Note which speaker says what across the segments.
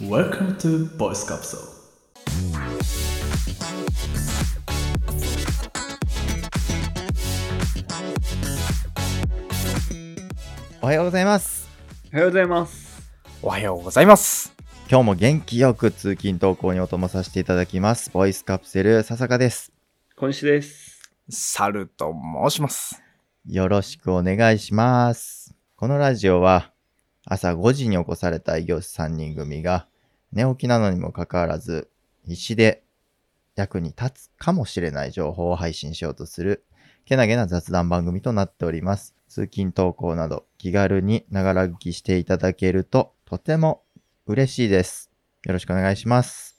Speaker 1: Welcome to Voice Capsule.
Speaker 2: おはようございます。
Speaker 3: おはようございます。
Speaker 4: おはようございます。
Speaker 2: 今日も元気よく通勤投稿にお供させていただきます。ボイスカプセル、笹香です。
Speaker 3: 今週です。
Speaker 4: サルと申します。
Speaker 2: よろしくお願いします。このラジオは朝5時に起こされた異業種3人組が寝起きなのにもかかわらず必死で役に立つかもしれない情報を配信しようとするけなげな雑談番組となっております。通勤投稿など気軽にながら聞きしていただけるととても嬉しいです。よろしくお願いします。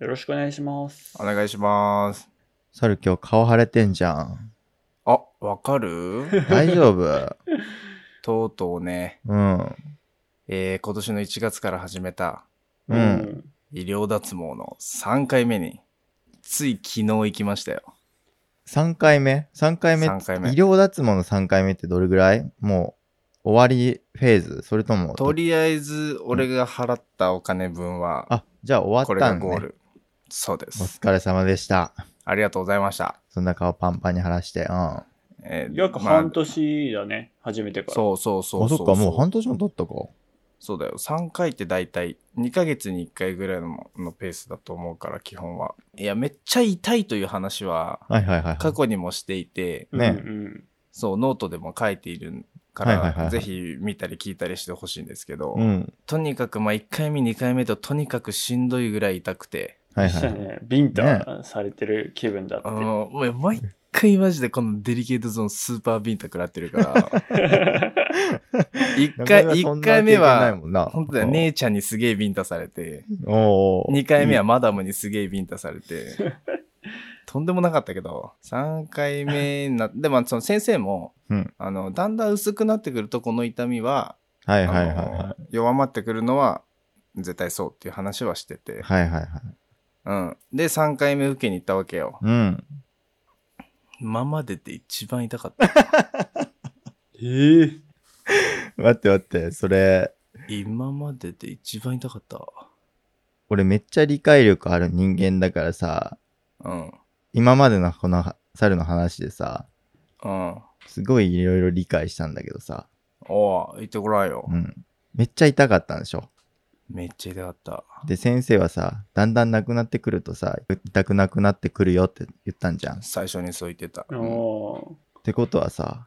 Speaker 3: よろしくお願いします。
Speaker 4: お願いします。
Speaker 2: サル今日顔腫れてんじゃん。
Speaker 4: あ、わ かる
Speaker 2: 大丈 夫
Speaker 4: とうとうね、
Speaker 2: うん。
Speaker 4: えー、今年の1月から始めた
Speaker 2: う。
Speaker 3: うんん。
Speaker 4: 医療脱毛の3回目に、つい昨日行きましたよ。
Speaker 2: 3回目 ?3 回目
Speaker 4: 3回目
Speaker 2: 医療脱毛の3回目ってどれぐらいもう終わりフェーズそれとも
Speaker 4: とりあえず、俺が払ったお金分は、
Speaker 2: あじゃあ終
Speaker 4: こ
Speaker 2: わっ
Speaker 4: れ
Speaker 2: た
Speaker 4: が
Speaker 2: ん
Speaker 4: ゴー
Speaker 2: ね
Speaker 4: ル。そうで
Speaker 2: お
Speaker 4: す。
Speaker 2: 疲れ様でした
Speaker 4: ありがとうございました。
Speaker 2: そんな顔パンパンに晴らしてうんあ
Speaker 4: えー
Speaker 3: 約
Speaker 4: まあ
Speaker 3: 半年だね、初めてから。
Speaker 4: そうそうそう
Speaker 2: そっかもう半
Speaker 4: う。
Speaker 2: 年も経ったか
Speaker 4: そうだよ。3回って大体2ヶ月に1回ぐらいののペースだと思うから、基本は。いや、めっちゃ痛いという話は、
Speaker 2: はいはいはいは
Speaker 4: 過
Speaker 2: い
Speaker 4: 去にもしていて、
Speaker 3: うん
Speaker 2: ね
Speaker 3: うん。
Speaker 4: そう、ノートでも書いているか
Speaker 2: はいはいはいは
Speaker 4: ら、
Speaker 2: い
Speaker 4: ぜひ見たり聞いたりしてほしいんですけど、
Speaker 2: うん
Speaker 4: とにかく、まあ、1回目、2回目ととにかくしんどいぐらい痛くて、
Speaker 2: はい
Speaker 3: そ
Speaker 2: は
Speaker 3: したら
Speaker 2: い
Speaker 3: ね、ビンタされてる気分だって
Speaker 4: あ。の、もう毎回マジでこのデリケートゾーンスーパービンタ食らって るから、1回、一回目は、本当だよ、姉ちゃんにすげえビンタされて、
Speaker 2: おー
Speaker 4: 2回目はマダムにすげえビンタさ れて、とんでもなかったけど、3回目な、でもその先生も、
Speaker 2: うん
Speaker 4: あの、だんだん薄くなってくるとこの痛みは、
Speaker 2: はい
Speaker 4: あ
Speaker 2: はいはい
Speaker 4: の
Speaker 2: は
Speaker 4: 弱まってくるのは絶対そうっていう話はしてて
Speaker 2: い、はいはいはい
Speaker 4: うん、で3回目受けに行ったわけよ
Speaker 2: うん
Speaker 4: 今までで一番痛かった
Speaker 3: えー
Speaker 2: 待って待ってそれ
Speaker 4: 今までで一番痛かった
Speaker 2: 俺めっちゃ理解力ある人間だからさ
Speaker 4: うん
Speaker 2: 今までのこの猿の話でさ
Speaker 4: うん
Speaker 2: すごいいろいろ理解したんだけどさ、
Speaker 4: おい行ってこらんよ、
Speaker 2: うん、めっちゃ痛かったんでしょ
Speaker 4: めっちゃ痛かった
Speaker 2: で先生はさだんだんなくなってくるとさ痛くなくなってくるよって言ったんじゃんっ
Speaker 4: 最初にそう言ってた、うん
Speaker 3: お
Speaker 2: てことはさ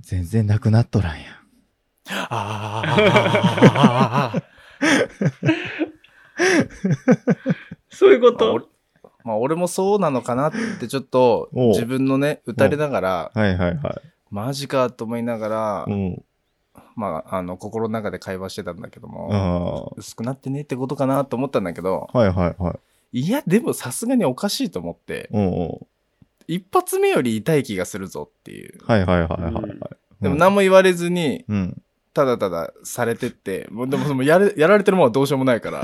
Speaker 2: 全然なくなっとらんや
Speaker 4: ああ
Speaker 3: ーそういうこ
Speaker 4: まあ俺
Speaker 3: と
Speaker 4: まあ俺もそうなのかなってちょっと
Speaker 2: おう
Speaker 4: 自分のね打たれながら
Speaker 2: はいはいは
Speaker 4: マジかと思いながら、
Speaker 2: うん
Speaker 4: まああの心の中で会話してたんだけども、
Speaker 2: あ
Speaker 4: 薄くなってねってことかなと思ったんだけど、
Speaker 2: はいはいはい
Speaker 4: いや、でもさすがにおかしいと思って、
Speaker 2: おう
Speaker 4: 一発目より痛い気がするぞっていう。
Speaker 2: はいはいはいはいはい、
Speaker 4: でも何も言われずに、
Speaker 2: うん
Speaker 4: ただただされてって、もうでもそのやれやられてるものはどうしようもないから、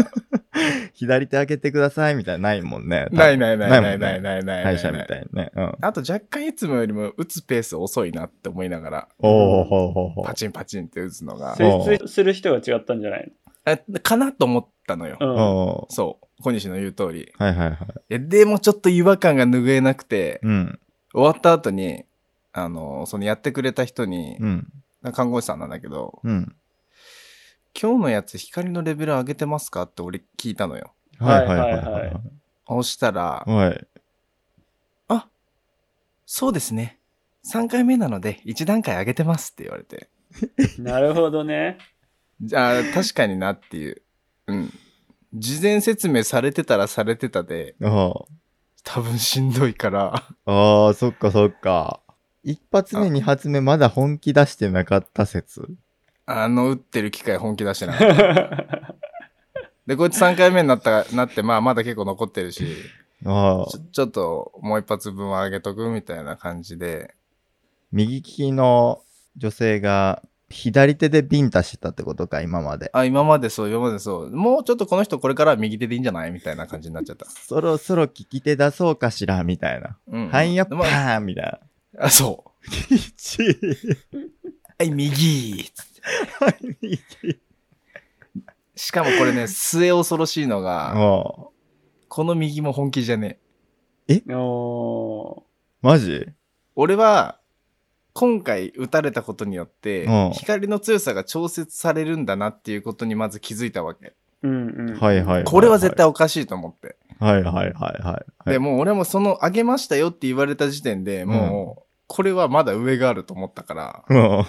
Speaker 2: 左手開けてくださいみたいな ないもんね
Speaker 4: ないないないな
Speaker 2: な
Speaker 4: いな
Speaker 2: も
Speaker 4: いい
Speaker 2: んね
Speaker 4: ないない
Speaker 2: 歯医者み
Speaker 4: ないない。
Speaker 2: たいにねうん
Speaker 4: あと若干いつもよりも打つペース遅いなって思いながら、
Speaker 2: おおほうほうほう
Speaker 4: パチンパチンって打つのが、
Speaker 3: 性質する人が違ったんじゃない
Speaker 4: えかなと思ったのよ。
Speaker 3: の
Speaker 2: お
Speaker 4: そう。小西の言う通り。
Speaker 2: ーはいはいはい
Speaker 4: えでもちょっと違和感が拭えなくて、
Speaker 2: うん
Speaker 4: 終わった後に、あの、そのやってくれた人に、
Speaker 2: うん
Speaker 4: 看護師さんなんだけど、
Speaker 2: うん
Speaker 4: 今日のやつ光のレベル上げてますかって俺聞いたのよ。
Speaker 3: うん
Speaker 2: はいはいはいは
Speaker 3: はいはいい
Speaker 4: そしたら、
Speaker 2: はい。
Speaker 4: そうですね。3回目なので1段階上げてますって言われて。
Speaker 3: うん。なるほどね。
Speaker 4: じゃあ、確かになっていう。うん。事前説明されてたらされてたで、
Speaker 2: あ
Speaker 4: 多分しんどいから。
Speaker 2: あ、ああそっかそっか。一発目、
Speaker 4: あ
Speaker 2: 二発目、まだ本気出してなかった説。
Speaker 4: あの、打ってる機械本気出してなかった。で、こいつ3回目になった、なって、まあ、まだ結構残ってるし、
Speaker 2: ああ
Speaker 4: ち、ょちょっともう一発分は上げとくみたいな感じで、
Speaker 2: 右利きの女性が左手でビンタしてたってことか、今まで。
Speaker 4: あ、今までそう、今までそう、もうちょっとこの人これからは右手でいいんじゃないみたいな感じになっちゃった。
Speaker 2: そろそろ利き手出そうかしら、みたいな。
Speaker 4: うん
Speaker 2: はい、やっぱ
Speaker 4: でも
Speaker 2: ーみたいな。
Speaker 4: あ、そう。
Speaker 2: 一
Speaker 4: はい、右。
Speaker 2: はい、右
Speaker 4: しかもこれね、末恐ろしいのが、
Speaker 2: あ
Speaker 4: この右も本気じゃねえ。
Speaker 3: おー
Speaker 2: マジ
Speaker 4: 俺は、今回打たれたことによって
Speaker 2: うん、
Speaker 4: 光の強さが調節されるんだなっていうことにまず気づいたわけ。
Speaker 3: うんうん。
Speaker 2: はいはいはい、
Speaker 4: これは絶対おかしいと思って。
Speaker 2: はいはいはいはい。
Speaker 4: で、もう俺もその、あげましたよって言われた時点で、もう、これはまだ上があると思ったから、
Speaker 2: うん。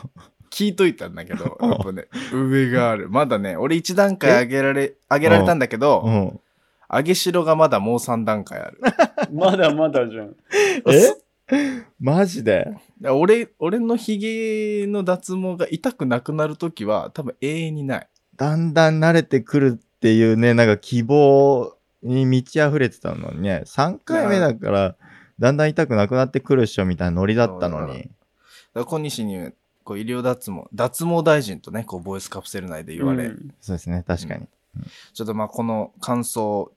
Speaker 4: 聞いといたんだけ ど、
Speaker 2: うん
Speaker 4: やっぱね、上がある。まだね、俺一段階上げられ、上げられたんだけ
Speaker 2: う
Speaker 4: ど、
Speaker 2: ん。
Speaker 4: 上げしろがまだもう3段階ある。
Speaker 3: まだまだじゃん。
Speaker 2: えマジで
Speaker 4: だから俺、俺のヒゲの脱毛が痛くなくなるときは、多分永遠にない。
Speaker 2: だんだん慣れてくるっていうね、なんか希望に満ち溢れてたのにね、3回目だから、だんだん痛くなくなってくるっしょみたいなノリだったのに。
Speaker 4: だから小西に、こう医療脱毛、脱毛大臣とね、こうボイスカプセル内で言われ、
Speaker 3: うん
Speaker 2: そうですね、確かに。
Speaker 4: ちょっとまあこの感想、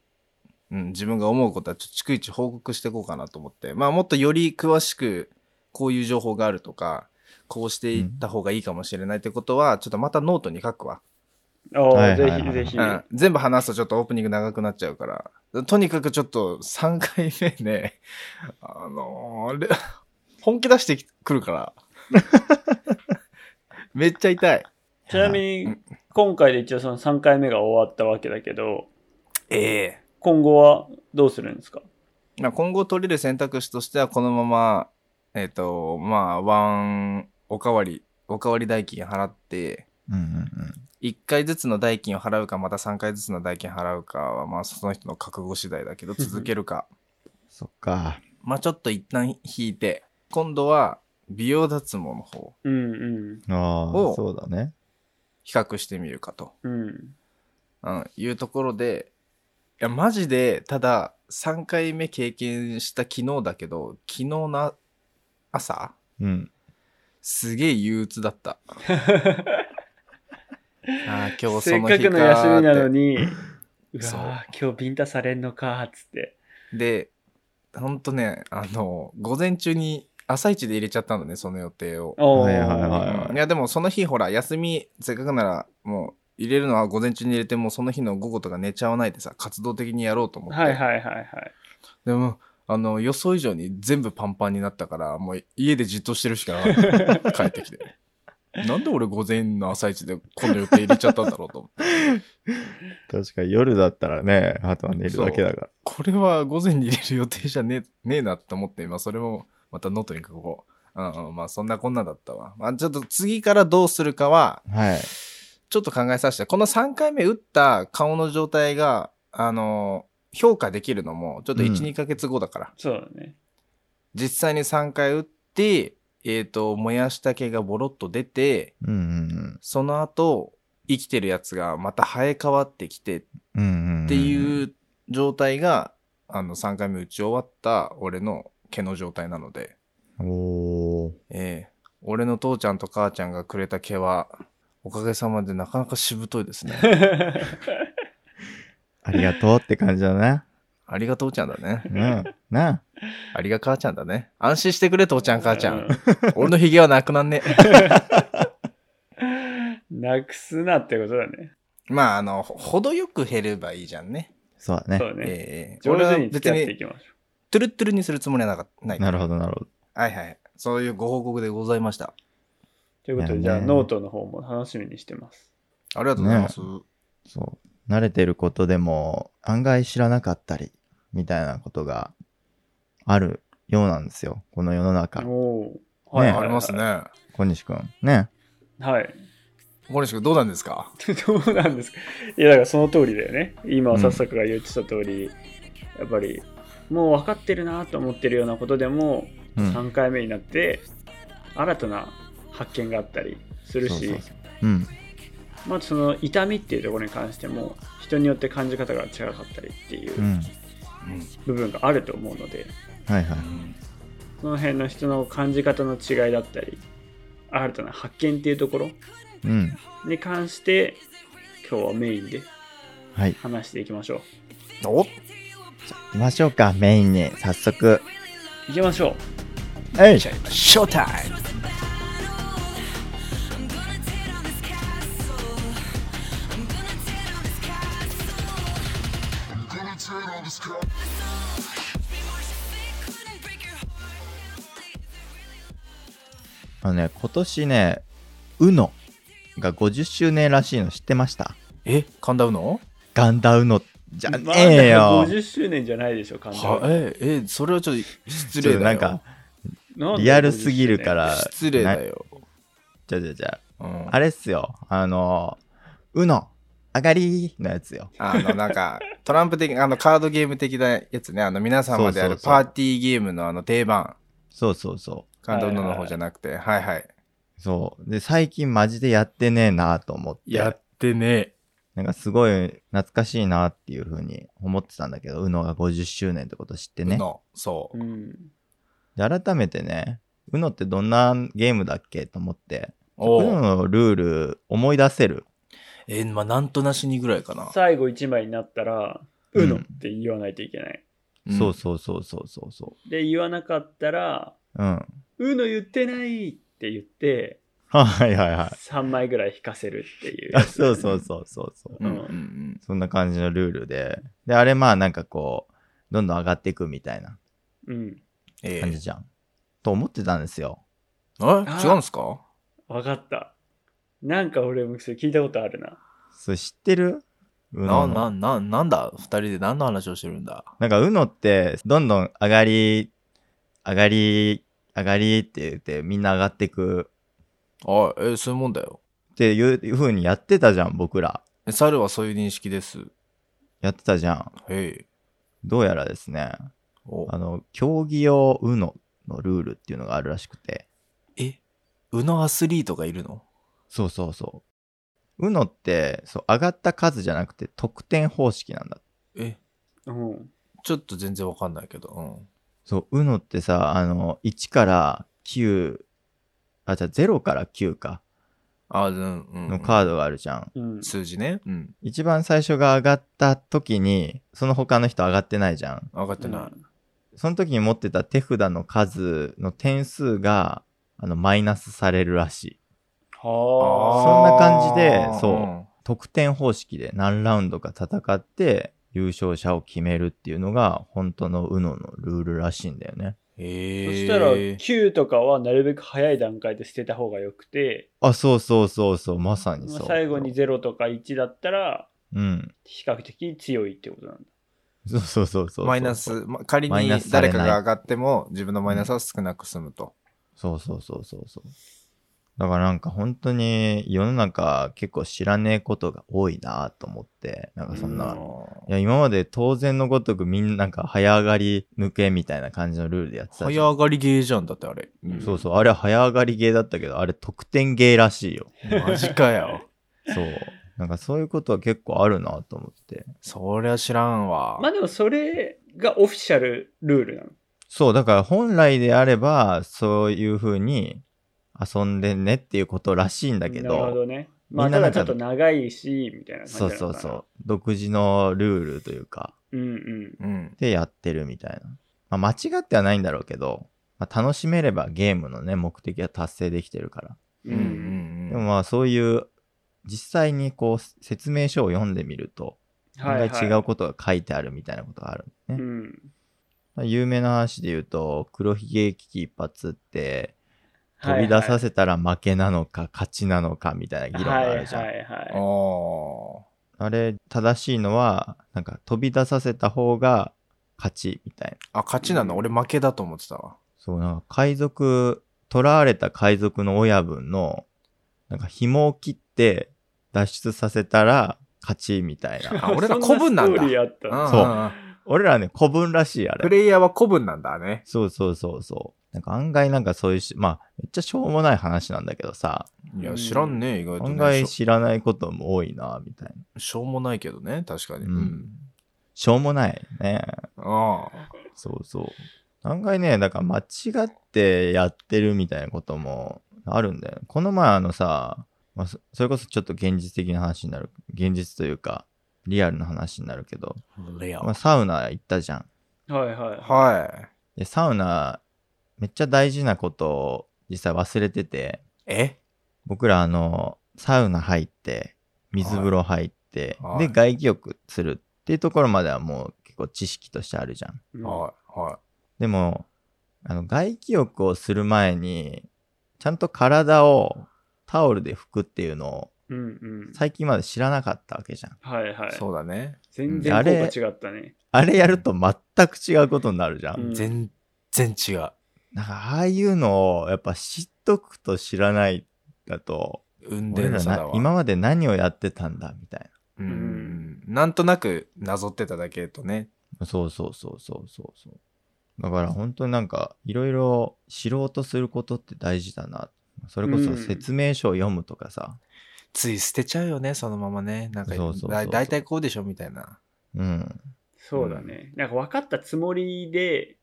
Speaker 4: うん、自分が思うことはちょっと逐一報告していこうかなと思って、まあもっとより詳しく、こういう情報があるとか、こうしていった方がいいかもしれないってことは、ちょっとまたノートに書くわ。
Speaker 3: お
Speaker 2: はい
Speaker 3: ー
Speaker 2: はいはい
Speaker 3: ぜひぜひ。
Speaker 4: うん、全部話すとちょっとオープニング長くなっちゃうから、とにかくちょっと3回目ね、 あのー、れ本気出してくる から。めっちゃ痛い。
Speaker 3: ちなみに、今回で一応その3回目が終わったわけだけど、
Speaker 4: ええ
Speaker 3: 今後はどうするんですか
Speaker 4: まあ、今後取れる選択肢としてはこのままえっ、とまあワンおかわりおかわり代金払って
Speaker 2: うんうん
Speaker 4: 1回ずつの代金を払うかまた3回ずつの代金払うかはまあその人の覚悟次第だけど続けるか
Speaker 2: そっか。
Speaker 4: まあちょっと一旦引いて今度は美容脱毛の方を
Speaker 3: うんうん。
Speaker 2: ああ、
Speaker 4: お
Speaker 2: そうだね。
Speaker 4: 比較してみるかと、
Speaker 3: うん。
Speaker 4: うん、いうところでいやマジでただ3回目経験した昨日だけど昨日の朝
Speaker 2: うん。
Speaker 4: すげえ憂鬱 だった。ああ、今日
Speaker 3: せ
Speaker 4: そ
Speaker 3: っ
Speaker 4: の
Speaker 3: か
Speaker 4: 日
Speaker 3: く
Speaker 4: か
Speaker 3: の休みなの
Speaker 4: に。
Speaker 3: に、うわ
Speaker 4: そう
Speaker 3: ー今日ビンタされんのかーっつって。
Speaker 4: で、ほんとね、あの、午前中に朝一で入れちゃったのね、その予定を。
Speaker 3: おー
Speaker 2: はいはいはい
Speaker 4: うんいや、でもその日、ほら、休み、せっかくなら、もう、入れるのは午前中に入れて、もうその日の午後とか寝ちゃわないでさ、活動的にやろうと思って。
Speaker 3: はいはいはいはい。
Speaker 4: でも、あの、予想以上に全部パンパンになったから、もう家でじっとしてるしかなかった帰ってき て。なんで俺午前の朝一で今度予定入れちゃったんだろうと思って
Speaker 2: 確かに夜だったらね、あとは寝るだけだか
Speaker 4: これは午前に入れる予定じゃねえねえなと思って、まあそれもまたノートに書こう。うんうん、まあそんなこんなだったわ。まあちょっと次からどうするかは、
Speaker 2: ら。はい。
Speaker 4: ちょっと考えさせて、この3回目打った顔の状態が、あの、評価できるのも、ちょっと1、
Speaker 2: うん
Speaker 4: 2ヶ月後だから。
Speaker 3: そうだね。
Speaker 4: 実際に3回打って、えっ、と、燃やした毛がボロッと出て、
Speaker 2: うんうん
Speaker 4: その後、生きてるやつがまた生え変わってきて
Speaker 2: うん。うんんん
Speaker 4: っていう状態が、あの3回目打ち終わった俺の毛の状態なので、
Speaker 2: おー。
Speaker 4: ええ俺の父ちゃんと母ちゃんがくれた毛はおかげさまでなかなかしぶといで すね
Speaker 2: ありがとうって感じだな。
Speaker 4: ありが父ちゃんだね
Speaker 2: うん。なあ。
Speaker 4: ありが母ちゃんだね安心してくれ父ちゃん母ちゃ
Speaker 3: うん
Speaker 4: 俺のヒゲはなくなんね
Speaker 3: なくすなってことだね。
Speaker 4: まああのほ程よく減ればいいじゃんね
Speaker 2: そうだね
Speaker 3: そ。うね。
Speaker 4: ええ
Speaker 3: 上
Speaker 4: 俺は
Speaker 3: 手に付き合っ
Speaker 4: 別
Speaker 3: てい
Speaker 4: に
Speaker 3: きましょ
Speaker 4: トゥルットゥルにするつもりはなかない
Speaker 2: なるほど、なるほど。
Speaker 4: はいはいそういうご報告でございまし
Speaker 3: う。
Speaker 4: た
Speaker 3: ということで、
Speaker 2: い
Speaker 3: じ
Speaker 2: や
Speaker 3: ゃ
Speaker 2: ね
Speaker 3: あノートの方も楽しみにしてます。
Speaker 4: ありがとうございます、
Speaker 2: そう。慣れてることでも、案外知らなかったり、みたいなことがあるようなんですよ。この世の中。
Speaker 3: おお。
Speaker 2: ね
Speaker 4: ありますね。
Speaker 2: 小西くん。ね。
Speaker 3: はい。
Speaker 4: 小西君どうなんですか
Speaker 3: どうなんですかいやだからその通りだよね今はさっさくが言ってた通り、やっぱりもう分かってるなと思ってるようなことでも、
Speaker 2: うん。
Speaker 3: 3回目になって新たな発見があったりするし
Speaker 2: そうそうそうん。。
Speaker 3: まあその痛みっていうところに関しても人によって感じ方が違かったりっていううん
Speaker 4: うん
Speaker 3: 部分があると思うので、
Speaker 2: はいはい。
Speaker 3: その辺の人の感じ方の違いだったり新たな発見っていうところ
Speaker 2: うん。
Speaker 3: に関して今日はメインで
Speaker 2: はい。行
Speaker 3: 話していきましょう
Speaker 4: お
Speaker 2: きましょうか。メインに。早速。
Speaker 3: 行きましょう
Speaker 2: えい
Speaker 4: ショータイム
Speaker 5: I'm gonna tear down this castle. I'm gonna tear down this
Speaker 2: あのね、今年ね、UNO が50周年らしいの知ってました
Speaker 4: え神田うの
Speaker 2: ガンダ UNO じゃね
Speaker 3: まあ
Speaker 2: えよ。
Speaker 3: 50周年じゃないでしょ、簡
Speaker 4: は
Speaker 3: 単。
Speaker 4: ええそれはちょっと失
Speaker 2: ちょっ
Speaker 4: 礼
Speaker 2: と
Speaker 4: だ
Speaker 2: な
Speaker 4: よ
Speaker 2: んか、リアルすぎるからら。
Speaker 4: 失礼だ
Speaker 2: な。
Speaker 4: よ、
Speaker 2: じゃじゃじゃ。
Speaker 4: うん、
Speaker 2: あれっすよ。あの、UNO、上がりのやつよ。
Speaker 4: あの、なんか、トランプ的、あの、カードゲーム的なやつね、あの、皆様であ
Speaker 2: そ
Speaker 4: る
Speaker 2: うそうそう
Speaker 4: パーティーゲームのあの、定番、
Speaker 2: そうそうそ
Speaker 4: カンドルの方じゃなくて、はいはい。
Speaker 2: う。そう。で、最近マジでやってねえなと思って。
Speaker 4: てね
Speaker 2: なんかすごい懐かしいなっていうふうに思ってたんだけど、UNO が50周年ってこと知って
Speaker 4: え。
Speaker 2: ね。
Speaker 4: の、そうう。
Speaker 3: ん。
Speaker 2: で、改めてね、UNO ってどんなゲームだっけと思って、
Speaker 4: お
Speaker 2: UNO
Speaker 4: う
Speaker 2: のルール思い出せる。
Speaker 4: えーまあ、なんとなしにぐらいかな。
Speaker 3: 最後1枚になったら、
Speaker 2: う
Speaker 3: うんのって言わないといけない。
Speaker 4: ん
Speaker 2: そうそうそうそうそうそ
Speaker 3: で、言わなかったら、
Speaker 2: う。うん。
Speaker 3: うの言ってないって言って、
Speaker 2: はいはいはい。
Speaker 3: 3枚ぐらい引かせるっていう や
Speaker 2: あ
Speaker 3: つだ
Speaker 2: そう
Speaker 3: よね。
Speaker 2: そうそうそうそう。
Speaker 4: うんうんうん。
Speaker 2: そんな感じのルールで。で、あれまあなんかこう、どんどん上がっていくみたいな
Speaker 3: うん。
Speaker 4: え
Speaker 2: 感じ
Speaker 4: ー、
Speaker 2: じゃん。と思ってたんですよ。
Speaker 4: あ違うんすか
Speaker 3: わかった。なんか俺もそれ聞いたことあるな。
Speaker 2: それ知ってるう
Speaker 4: な、
Speaker 2: の
Speaker 4: な、な、なんだ二人で何の話をしてるんだ
Speaker 2: なんか、うのって、どんどん上がり、上がり、上がりって言って、みんな上がってく
Speaker 4: あえーそういうもんだよ。
Speaker 2: っていういう風にやってたじゃん、僕ら。
Speaker 4: え猿はそういう認識です。
Speaker 2: やってたじゃん。
Speaker 4: へい。
Speaker 2: どうやらですね、
Speaker 4: お
Speaker 2: あの、競技用うののルールっていうのがあるらしくて。
Speaker 4: え、うのアスリートがいるの
Speaker 2: そうそうそう。うのって、そう、上がった数じゃなくて、得点方式なんだ。
Speaker 4: え、
Speaker 3: うん。
Speaker 4: ちょっと全然わかんないけど、うん。
Speaker 2: そう、うのってさ、あの、1から9、あ、じゃあ0から9か、
Speaker 4: あ、うん、うん。
Speaker 2: のカードがあるじゃん。
Speaker 3: うん。
Speaker 4: 数字ね。うん。
Speaker 2: 一番最初が上がった時にその他の人上がってないじゃん
Speaker 4: 上がってない。
Speaker 2: その時に持ってた手札の数の点数があのマイナスされるらしい
Speaker 3: は
Speaker 2: そん
Speaker 3: あ。
Speaker 2: な感じでそう
Speaker 4: うん
Speaker 2: 得点方式で何ラウンドか戦って優勝者を決めるっていうのが本当の UNO のルールらしいんだよね
Speaker 4: へえ。
Speaker 3: そしたら9とかはなるべく早い段階で捨てた方がよくて、
Speaker 2: あそうそうそうそうまさに
Speaker 3: ま
Speaker 2: そ
Speaker 3: あ
Speaker 2: う
Speaker 3: 最後に0とか1だったら
Speaker 2: うん
Speaker 3: 比較的強いってことなんだ。
Speaker 2: そうそうそうそう
Speaker 4: マイナス、ま仮
Speaker 2: マイナ
Speaker 4: に
Speaker 2: スされ
Speaker 4: 誰
Speaker 2: ない
Speaker 4: かが上がっても、自分のマイナスは少なく済むと。
Speaker 2: そうそうそうそうそうだからなんか本当に世の中結構知らねえことが多いなと思ってなんかそんな、
Speaker 3: う
Speaker 2: いや、今まで当然のごとくみんななんか早上がり抜けみたいな感じのルールでやってた
Speaker 4: 早
Speaker 2: じゃん。
Speaker 4: 上がりゲーじゃんだってあれ。
Speaker 3: ん
Speaker 2: そうそう、あれ早上がりゲーだったけど、あれ得点ゲーらしい よ。
Speaker 4: マジかよ。
Speaker 2: そう。なんかそういうことは結構あるなと思って。
Speaker 4: そりゃ知らんわ。
Speaker 3: まあでもそれがオフィシャルルールなの。
Speaker 2: そう、だから本来であれば、そういう風に遊んでねっていうことらしいんだけど、
Speaker 3: なるほどね。まあ
Speaker 2: みんな
Speaker 3: た
Speaker 2: な
Speaker 3: だ
Speaker 2: んか
Speaker 3: ちょっと長いし、みたいな感じ
Speaker 2: そ
Speaker 3: なの
Speaker 2: う
Speaker 3: かな
Speaker 2: そうそう、独自のルールというか、
Speaker 3: うんうん。
Speaker 4: うん。
Speaker 2: でやってるみたいな。まあ、間違ってはないんだろうけど、まあ、楽しめればゲームのね、目的は達成できてるから。
Speaker 4: うんうん
Speaker 2: で
Speaker 4: う
Speaker 2: も
Speaker 4: ん。
Speaker 2: まあそういう実際にこう説明書を読んでみると
Speaker 3: はい、
Speaker 2: 案
Speaker 3: は
Speaker 2: 外
Speaker 3: い。
Speaker 2: 違うことが書いてあるみたいなことがあるね。
Speaker 3: うん。
Speaker 2: まあ有名な話で言うと黒ひげ危機一発って飛び出させたら負けなのか勝ちなのかみたいな議論があるじゃん。
Speaker 3: はいはいはい、はい。
Speaker 4: お
Speaker 2: あれ正しいのはなんか飛び出させた方が勝ちみたいな。
Speaker 4: あ、勝ちなの
Speaker 3: うん
Speaker 4: 俺負けだと思ってたわ。
Speaker 2: そうなんか海賊捕らわれた海賊の親分のなんか紐を切って脱出させたら勝ちみたい な。
Speaker 4: あ、俺ら古文なん
Speaker 3: そスト
Speaker 4: だ。
Speaker 3: ーリーあったの
Speaker 2: そう
Speaker 4: うん。
Speaker 2: 俺らね、古文らしい、あ
Speaker 4: プ
Speaker 2: れ。
Speaker 4: レイヤーは古文なんだね。
Speaker 2: そうそうそうそう。なんか案外なんかそういうし、まあ、めっちゃしょうもない話なんだけどさ、
Speaker 4: いや、
Speaker 3: うん
Speaker 4: 知らんね、意外と
Speaker 2: 案
Speaker 4: ね。
Speaker 2: 外
Speaker 4: し
Speaker 2: 知らないことも多いな、みたいな。
Speaker 4: ょしょうもないけどね、確かに。
Speaker 2: うん。しょうもないね。
Speaker 4: ああ。
Speaker 2: そうそう。案外ね、だから間違ってやってるみたいなこともあるんだよ。この前あのさ、まあ、そそれこそちょっと現実的な話になる。現実というか、リアルな話になるけど、
Speaker 4: レア
Speaker 2: まあ、サウナ行ったじゃん。
Speaker 3: はいはいは
Speaker 4: はい。
Speaker 2: で、サウナ、めっちゃ大事なことを実際忘れてて、
Speaker 4: え
Speaker 2: 僕らあのサウナ入って水風呂入って、
Speaker 4: はいはい
Speaker 2: で外気浴するっていうところまではもう結構知識としてあるじゃん。
Speaker 3: うん
Speaker 4: はい、は。
Speaker 2: でも、あの、外気浴をする前に、ちゃんと体をタオルで拭くっていうのを、
Speaker 3: うんうん。
Speaker 2: 最近まで知らなかったわけじゃん。
Speaker 3: はいはいい。
Speaker 4: そうだね。
Speaker 3: 全然
Speaker 2: あ
Speaker 3: 効果
Speaker 2: れ
Speaker 3: 違ったね。
Speaker 2: あれやると全く違うことになるじゃん。
Speaker 3: うん
Speaker 4: 全然違う。
Speaker 2: なんか、ああいうのを、やっぱ知っとくと知らないだと、
Speaker 4: 運
Speaker 2: 俺
Speaker 4: 転の
Speaker 2: ら
Speaker 4: 差だ
Speaker 2: な
Speaker 4: わ。
Speaker 2: 今まで何をやってたんだ、みたい
Speaker 4: うん。なんとなくなぞってただけとね。
Speaker 2: な。そうそうそうそうそうそう。だから本当になんか、いろいろ知ろうとすることって大事だな。それこ
Speaker 3: う
Speaker 2: そ
Speaker 3: ん
Speaker 2: 説明書を読むとかさ、
Speaker 4: つい捨てちゃうよね、そのままね。なんか、
Speaker 2: そうそうそう
Speaker 4: だだいたいこうでしょみたいな。
Speaker 2: うん。
Speaker 3: そうだね。なんか分かったつもりで、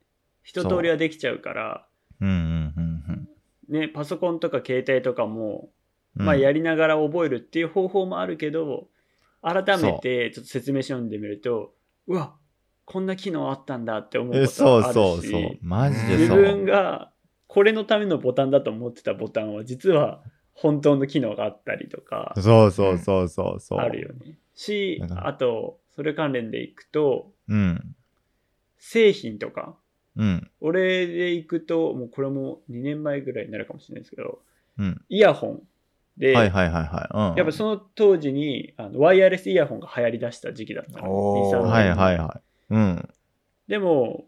Speaker 3: 一通りはできちゃうから、
Speaker 2: うんうんうんうん。
Speaker 3: ね、パソコンとか携帯とかも、
Speaker 2: うん
Speaker 3: まあやりながら覚えるっていう方法もあるけど、改めてちょっと説明書読んでみると、うわ、こんな機能あったんだって思う
Speaker 2: え
Speaker 3: こ
Speaker 2: そ
Speaker 3: と
Speaker 2: う
Speaker 3: があるし、
Speaker 2: そうそう。マジで
Speaker 3: 自
Speaker 2: そ
Speaker 3: 分
Speaker 2: う。
Speaker 3: がこれのためのボタンだと思ってたボタンは実は本当の機能があったりとか
Speaker 2: そうそうそうそうそう。
Speaker 3: あるよね。し
Speaker 2: だか、ら
Speaker 3: あとそれ関連でいくと
Speaker 2: うん。
Speaker 3: 製品とか
Speaker 2: うん。
Speaker 3: 俺でいくともうこれも2年前ぐらいになるかもしれないですけど
Speaker 2: うん。
Speaker 3: イヤホンで、
Speaker 2: はいはいはいはい。うん。
Speaker 3: やっぱその当時にあのワイヤレスイヤホンが流行りだした時期だったのね
Speaker 4: お
Speaker 3: 2
Speaker 4: ー
Speaker 3: 3年
Speaker 2: はいはいはい。うん。
Speaker 3: でも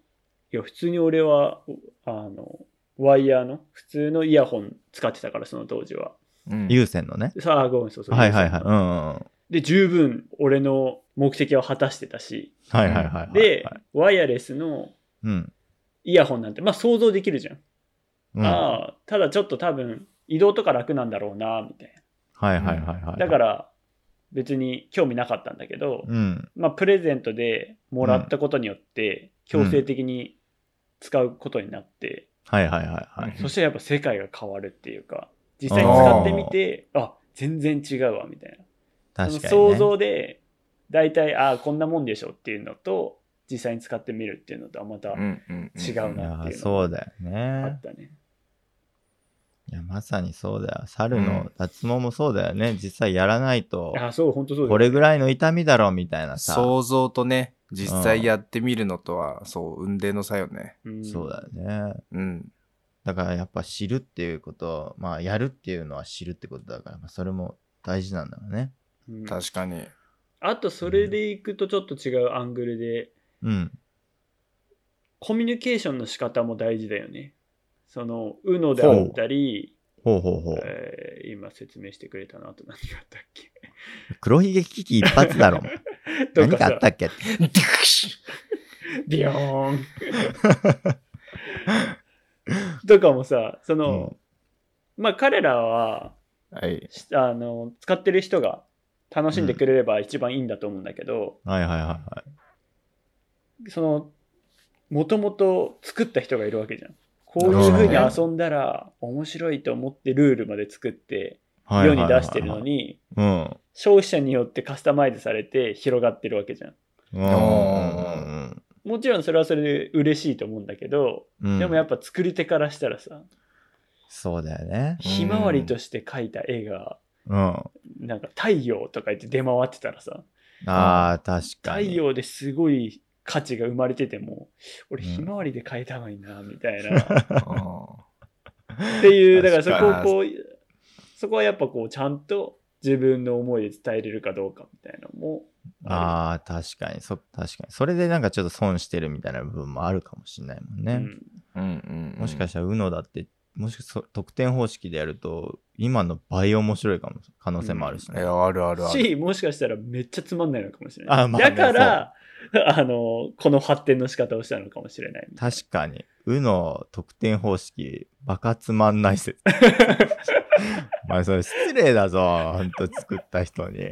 Speaker 3: いや普通に俺はあのワイヤーの普通のイヤホン使ってたからその当時は。
Speaker 4: うん
Speaker 2: 優先のね。
Speaker 3: さあ、ごめん、そうそう。
Speaker 2: はいはいはい。うんうんうん。
Speaker 3: で、十分俺の目的を果たしてたし、
Speaker 2: はいはいはいはい。
Speaker 3: で、ワイヤレスの
Speaker 2: うん。
Speaker 3: イヤホンなんて、まあ想像できるじゃん。
Speaker 2: うん。はい
Speaker 3: ああ、ただちょっと多分移動とか楽なんだろうな、みたい
Speaker 2: はいはいはい。、
Speaker 3: な。だからら、別に興味なかったんだけど、
Speaker 2: うん。
Speaker 3: まあプレゼントでもらったことによって、強制的に使うことになって、
Speaker 2: はいはいはいはい。
Speaker 3: そしてやっぱ世界が変わるっていうか、実際に使ってみて、あ全然違うわ、みたいな。
Speaker 2: 確かに、
Speaker 3: そ
Speaker 2: ね。
Speaker 3: の想像で大体ああこんなもんでしょっていうのと実際に使ってみるっていうのとはまた
Speaker 4: うんうん
Speaker 3: 違う
Speaker 2: いや
Speaker 3: なって
Speaker 2: ー
Speaker 3: いうの
Speaker 2: そうだよ
Speaker 3: があ
Speaker 2: ね
Speaker 3: っ。たね。
Speaker 2: いや、まさにそうだよ。猿
Speaker 4: う
Speaker 2: の
Speaker 4: ん
Speaker 2: 脱毛もそうだよね。実際やらないと、
Speaker 3: あそう本当そう
Speaker 2: こ
Speaker 3: だ
Speaker 2: れ
Speaker 3: よ
Speaker 2: ぐらいの痛みだろうみたいなさ。
Speaker 4: 想像とね、実際やってみるのとは、そう、運転の差よね。
Speaker 3: うん
Speaker 2: そうだよね。
Speaker 4: うん。
Speaker 2: だからやっぱ知るっていうこと、まあやるっていうのは知るってことだから、まあ、それも大事なんだろうね。
Speaker 3: うん
Speaker 4: 確かに。
Speaker 3: あとそれでいくとちょっと違うアングルで
Speaker 2: うん。
Speaker 3: コミュニケーションの仕方も大事だよね。その UNO であったり、
Speaker 2: ほうほうほう。
Speaker 3: えー今説明してくれたのあと何があったっけ
Speaker 2: 黒ひげ危機一発だろ。
Speaker 3: と
Speaker 2: 何
Speaker 3: か
Speaker 2: かあ
Speaker 3: さ
Speaker 2: ったっけ
Speaker 3: ビヨー ンとかもさその、まあ彼らは
Speaker 4: はい。
Speaker 3: しあの使ってる人が楽しんでくれれば一番いいんだと思うんだけど、
Speaker 2: はいはいはいは
Speaker 3: そのもともと作った人がいるわけじゃんこういうふうに
Speaker 2: なる
Speaker 3: 遊んだら面白いと思ってルールまで作って
Speaker 2: い。
Speaker 3: 世に出してるの
Speaker 2: に。
Speaker 3: に
Speaker 2: うん。
Speaker 3: 消費者によってカスタマイズされて広がってるわけじゃん
Speaker 2: うん
Speaker 4: ん
Speaker 3: もちろんそれはそれで嬉しいと思うんだけど、
Speaker 2: うん
Speaker 3: でもやっぱ作り手からしたらさ
Speaker 2: そうだよね。
Speaker 3: ひまわりとして描いた絵が
Speaker 2: うん。あ
Speaker 3: なんか太陽とか言って出回ってたらさ
Speaker 2: あー、確か
Speaker 3: 太
Speaker 2: に。
Speaker 3: 陽ですごい価値が生まれてても俺
Speaker 2: うん
Speaker 3: ひまわりで変えたのになみたい なっ
Speaker 4: あー
Speaker 3: ていうだからそ
Speaker 4: 確
Speaker 3: こを
Speaker 4: かに
Speaker 3: こうそこはやっぱこうちゃんと自分の思いで伝えれるかどうかみたいなのもあ
Speaker 2: ああ、確かに。そ、確かに。それでなんかちょっと損してるみたいな部分もあるかもしれないもん
Speaker 3: る
Speaker 2: ね。
Speaker 4: うんうんうん。
Speaker 2: もしかしたら、うのだって、もしかそ得点方式でやると、今の倍面白いかも、可能性もあるし
Speaker 4: い
Speaker 2: ね。
Speaker 4: や、あるあ
Speaker 3: う
Speaker 4: る
Speaker 3: ん
Speaker 4: ある。
Speaker 3: しもしかしたらめっちゃつまんないのかもしれない
Speaker 2: あまあ
Speaker 3: だからあのこの発展の仕方をしたのかもしれない
Speaker 2: 確かに。うの得点方式、バカつまんない 説。お前それ失礼だぞ。ほんと作った人に。
Speaker 3: い
Speaker 4: あー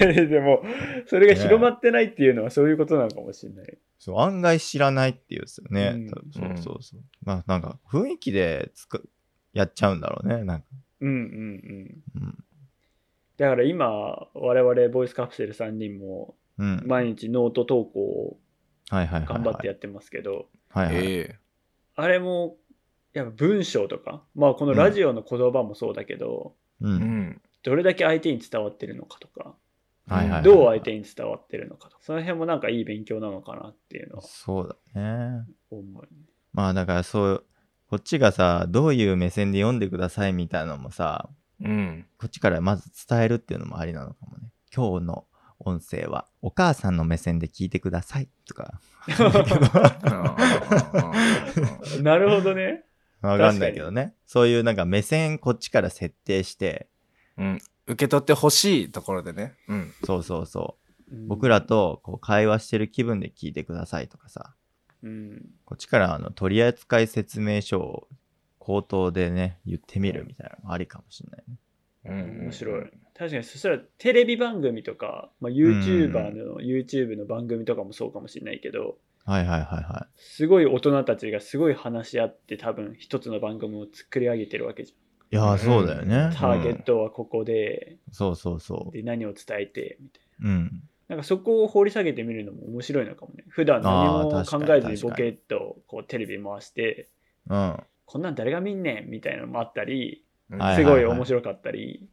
Speaker 3: やいやでもそれが広まってないっていうのはそういうことなのかもしれない
Speaker 2: そう案外知らないっていうですよね。
Speaker 3: うん
Speaker 2: 多分そうそうそう。まあなんか雰囲気でつくやっちゃうんだろうね。なんか、
Speaker 3: うんうんうん
Speaker 2: うん。
Speaker 3: だから今我々ボイスカプセル3人も
Speaker 2: うん。
Speaker 3: 毎日ノート投稿を
Speaker 2: はいはいはい、はい。
Speaker 3: 頑張ってやってますけど、
Speaker 2: はいはい。
Speaker 4: え
Speaker 3: あれもやっぱ文章とか、まあ、このラジオの言葉もそうだけど、
Speaker 2: う。
Speaker 4: えうんん。
Speaker 3: どれだけ相手に伝わってるのかとか
Speaker 2: はいはい。
Speaker 3: どう相手に伝わってるのかとその辺もなんかいい勉強なのかなっていうのは
Speaker 2: そうだね。
Speaker 3: 思う
Speaker 2: まあだからそう、こっちがさ、どういう目線で読んでくださいみたいなのもさ、
Speaker 4: うん。
Speaker 2: こっちからまず伝えるっていうのもありなのかもね。今日の音声はお母さんの目線で聞いてくださいとか。
Speaker 3: なるほどね
Speaker 2: わかんないけどね。そういうなんか目線こっちから設定して、
Speaker 4: うん、受け取ってほしいところでね。うん。
Speaker 2: そうそうそう。僕ら、とこう会話してる気分で聞いてくださいとかさ。
Speaker 3: うん、
Speaker 2: こっちからあの取扱説明書を口頭でね、言ってみるみたいなのもありかもしれないね。
Speaker 4: うん
Speaker 3: 面白い。確かにそしたらテレビ番組とか、まあ、YouTuber の、YouTube の番組とかもそうかもしれないけど
Speaker 2: はいはいはいはい。
Speaker 3: すごい大人たちがすごい話し合って多分一つの番組を作り上げてるわけじ
Speaker 2: いやー、そうだよ
Speaker 3: ゃ
Speaker 2: ね
Speaker 3: ん。ターゲットはここで,、
Speaker 2: そうそうそ。
Speaker 3: で何を伝えてみたいう
Speaker 2: うん。
Speaker 3: ななんかそこを掘り下げてみるのも面白いのかもね普段何
Speaker 2: あ
Speaker 3: も
Speaker 2: ー確
Speaker 3: 考
Speaker 2: かに
Speaker 3: えずに
Speaker 2: 確かに
Speaker 3: ボケっとこうテレビ回して
Speaker 2: うん。
Speaker 3: こんなん誰が見んねんみたいなのもあったり
Speaker 4: うん
Speaker 2: はい
Speaker 3: すごい面白かったり、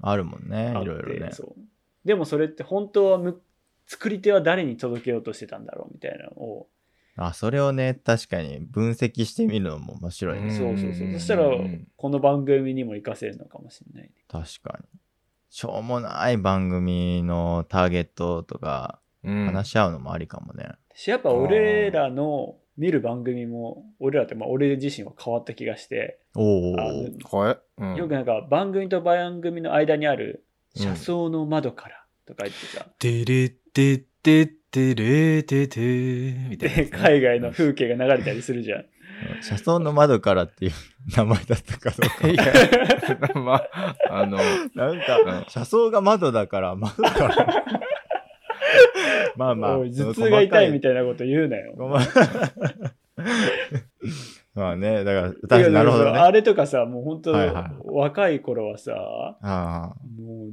Speaker 2: あるもんね、いろい
Speaker 3: あっ
Speaker 2: ろ
Speaker 3: て
Speaker 2: ね。
Speaker 3: そうでもそれって本当はむ作り手は誰に届けようとしてたんだろうみたいなのを、
Speaker 2: あ、それをね、確かに分析してみるのも面白いね。
Speaker 4: うん
Speaker 3: そうそうそうそしたら
Speaker 4: うん
Speaker 3: この番組にも活かせるのかもしれないね、
Speaker 2: 確かに。しょうもない番組のターゲットとか
Speaker 4: うん
Speaker 2: 話し合うのもありかもね。
Speaker 3: しやっぱ俺らの見る番組も俺らってまあ俺自身は変わった気がして
Speaker 2: お
Speaker 3: あ
Speaker 2: ー
Speaker 4: はい。うん
Speaker 3: のよくなんか番組と番組の間にある「車窓の窓から」とか言ってさ、
Speaker 4: てれってってってれててみたいな
Speaker 3: で
Speaker 4: やつね。
Speaker 3: 海外の風景が流れたりするじゃん。
Speaker 2: 車窓の窓からっていう名前だったかどう か。
Speaker 4: いや、 まあ、あの、
Speaker 2: なん
Speaker 4: うん
Speaker 2: か、車窓が窓だから、窓から。 まあまあ、
Speaker 3: おい頭痛が痛いみ
Speaker 2: た
Speaker 3: たいなこと言うなよ。
Speaker 2: ま まあね、だから、確かになるほど
Speaker 3: い
Speaker 2: ね。
Speaker 3: やだからあれとかさ、もう本当、
Speaker 2: はいは
Speaker 3: 若い頃はさ、
Speaker 2: あ
Speaker 3: もう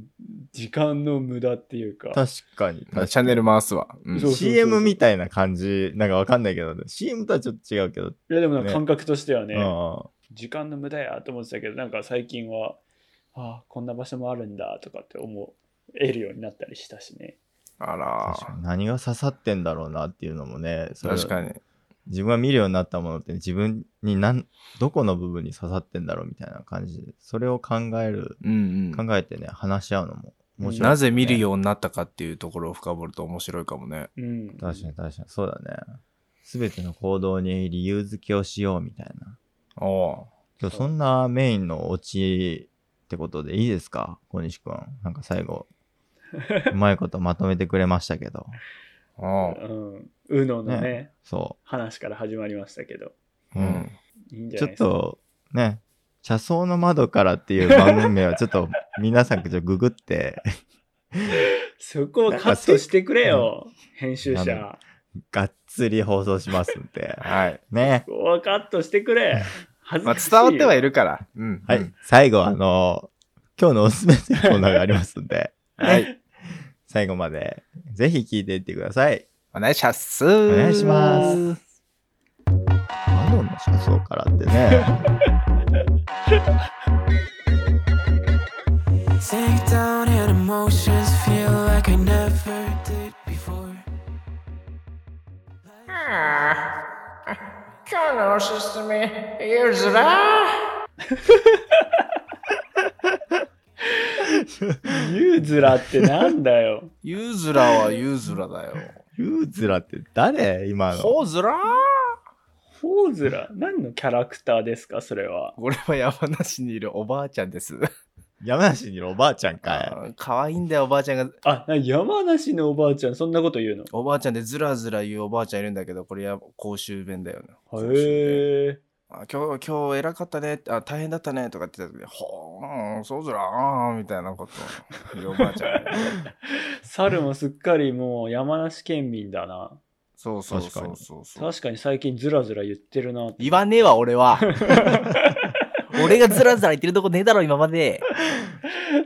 Speaker 3: 時間の無駄っていうか
Speaker 2: あ、、確かに。
Speaker 4: チャンネル回すわ。うん
Speaker 3: そうそうそう
Speaker 2: CM みたいな感じ、なんかわかんないけど、CM とはちょっと違うけど、
Speaker 3: いやでもなんか感覚としてはね、
Speaker 2: う
Speaker 3: 時間の無駄やと思ってたけど、なんか最近は、ああ、こんな場所もあるんだとかって思えるようになったりしたしね。
Speaker 4: あ
Speaker 2: ん
Speaker 4: ら
Speaker 2: 確かに何が刺さってんだろうなっていうのもね、それ
Speaker 4: 確かに。
Speaker 2: 自分が見るようになったものって自分に何、どこの部分に刺さってんだろうみたいな感じで、それを考える、
Speaker 4: うんうん。
Speaker 2: 考えてね、話し合うのも面白い、
Speaker 4: なぜ見るようになったかっていうところを深掘ると面白いかもね。
Speaker 3: うん。
Speaker 2: 確かに確かに、そうだね。すべての行動に理由付けをしようみたいな。
Speaker 4: おお
Speaker 2: 今日そんなメインのオチってことでいいですか小西くん。なんか最後、うまいことまとめてくれましたけど。
Speaker 4: う。おう
Speaker 3: うん。うののね、
Speaker 2: そ
Speaker 3: 話から始まりましたけど、
Speaker 2: う。
Speaker 4: う。ん。
Speaker 3: いいんじゃ
Speaker 2: ちょ
Speaker 3: な
Speaker 2: っ
Speaker 3: いですか。
Speaker 2: と、ね、車窓の窓からっていう番組名はちょっと皆さんちょっとググって、
Speaker 3: そこをカットしてくれよ、編集
Speaker 2: なん
Speaker 3: 者
Speaker 2: だ。がっつり放送しますんで。
Speaker 4: はい。
Speaker 2: ね。
Speaker 3: ここはカットしてく れ。恥ず
Speaker 4: まあ、
Speaker 3: かしい
Speaker 4: 伝わってはいいるから。うん。
Speaker 2: は
Speaker 4: う
Speaker 2: い
Speaker 4: ん。。
Speaker 2: 最後、あの、今日のおすすめというコーナーがありますんで、
Speaker 4: はい。
Speaker 2: 最後までぜひ聞いていってください。
Speaker 4: お願いします。
Speaker 2: お
Speaker 4: お
Speaker 2: 願いします。窓の車窓からってね。
Speaker 5: Take down and emotions feel like I never did before.
Speaker 6: 今日のおすすめ、ゆずら
Speaker 3: ユーズラってなんだよ。
Speaker 4: ユーズラはユーズラだよ。
Speaker 2: ユーズラって誰今の。
Speaker 4: ホーズラ
Speaker 3: ホーズラ何のキャラクターですかそれは。
Speaker 4: これは山梨にいるおばあちゃんです。
Speaker 2: 山梨にいるおばあちゃんか
Speaker 4: あー可愛いんだよ、おばあちゃんが。
Speaker 3: あ、な山梨のおばあちゃん、そんなこと言うの。
Speaker 4: おばあちゃんでずらずら言うおばあちゃんいるんだけど、これは公衆弁だよね。公衆弁
Speaker 3: へえ。
Speaker 4: あ今日、今日偉かったね、あ大変だったねとかって言ってた時に、ほーん、そうずらーん、みたいなこと言うおばあちゃんが いる。
Speaker 3: 猿もすっかりもう山梨県民だな。
Speaker 4: そうそう
Speaker 2: 確か
Speaker 4: そう
Speaker 2: に
Speaker 4: そうそう。
Speaker 3: 確かに最近ズラズラ言ってるなって。
Speaker 4: 言わねえわ、俺は。俺がずらずら言ってるとこねえだろ、今まで。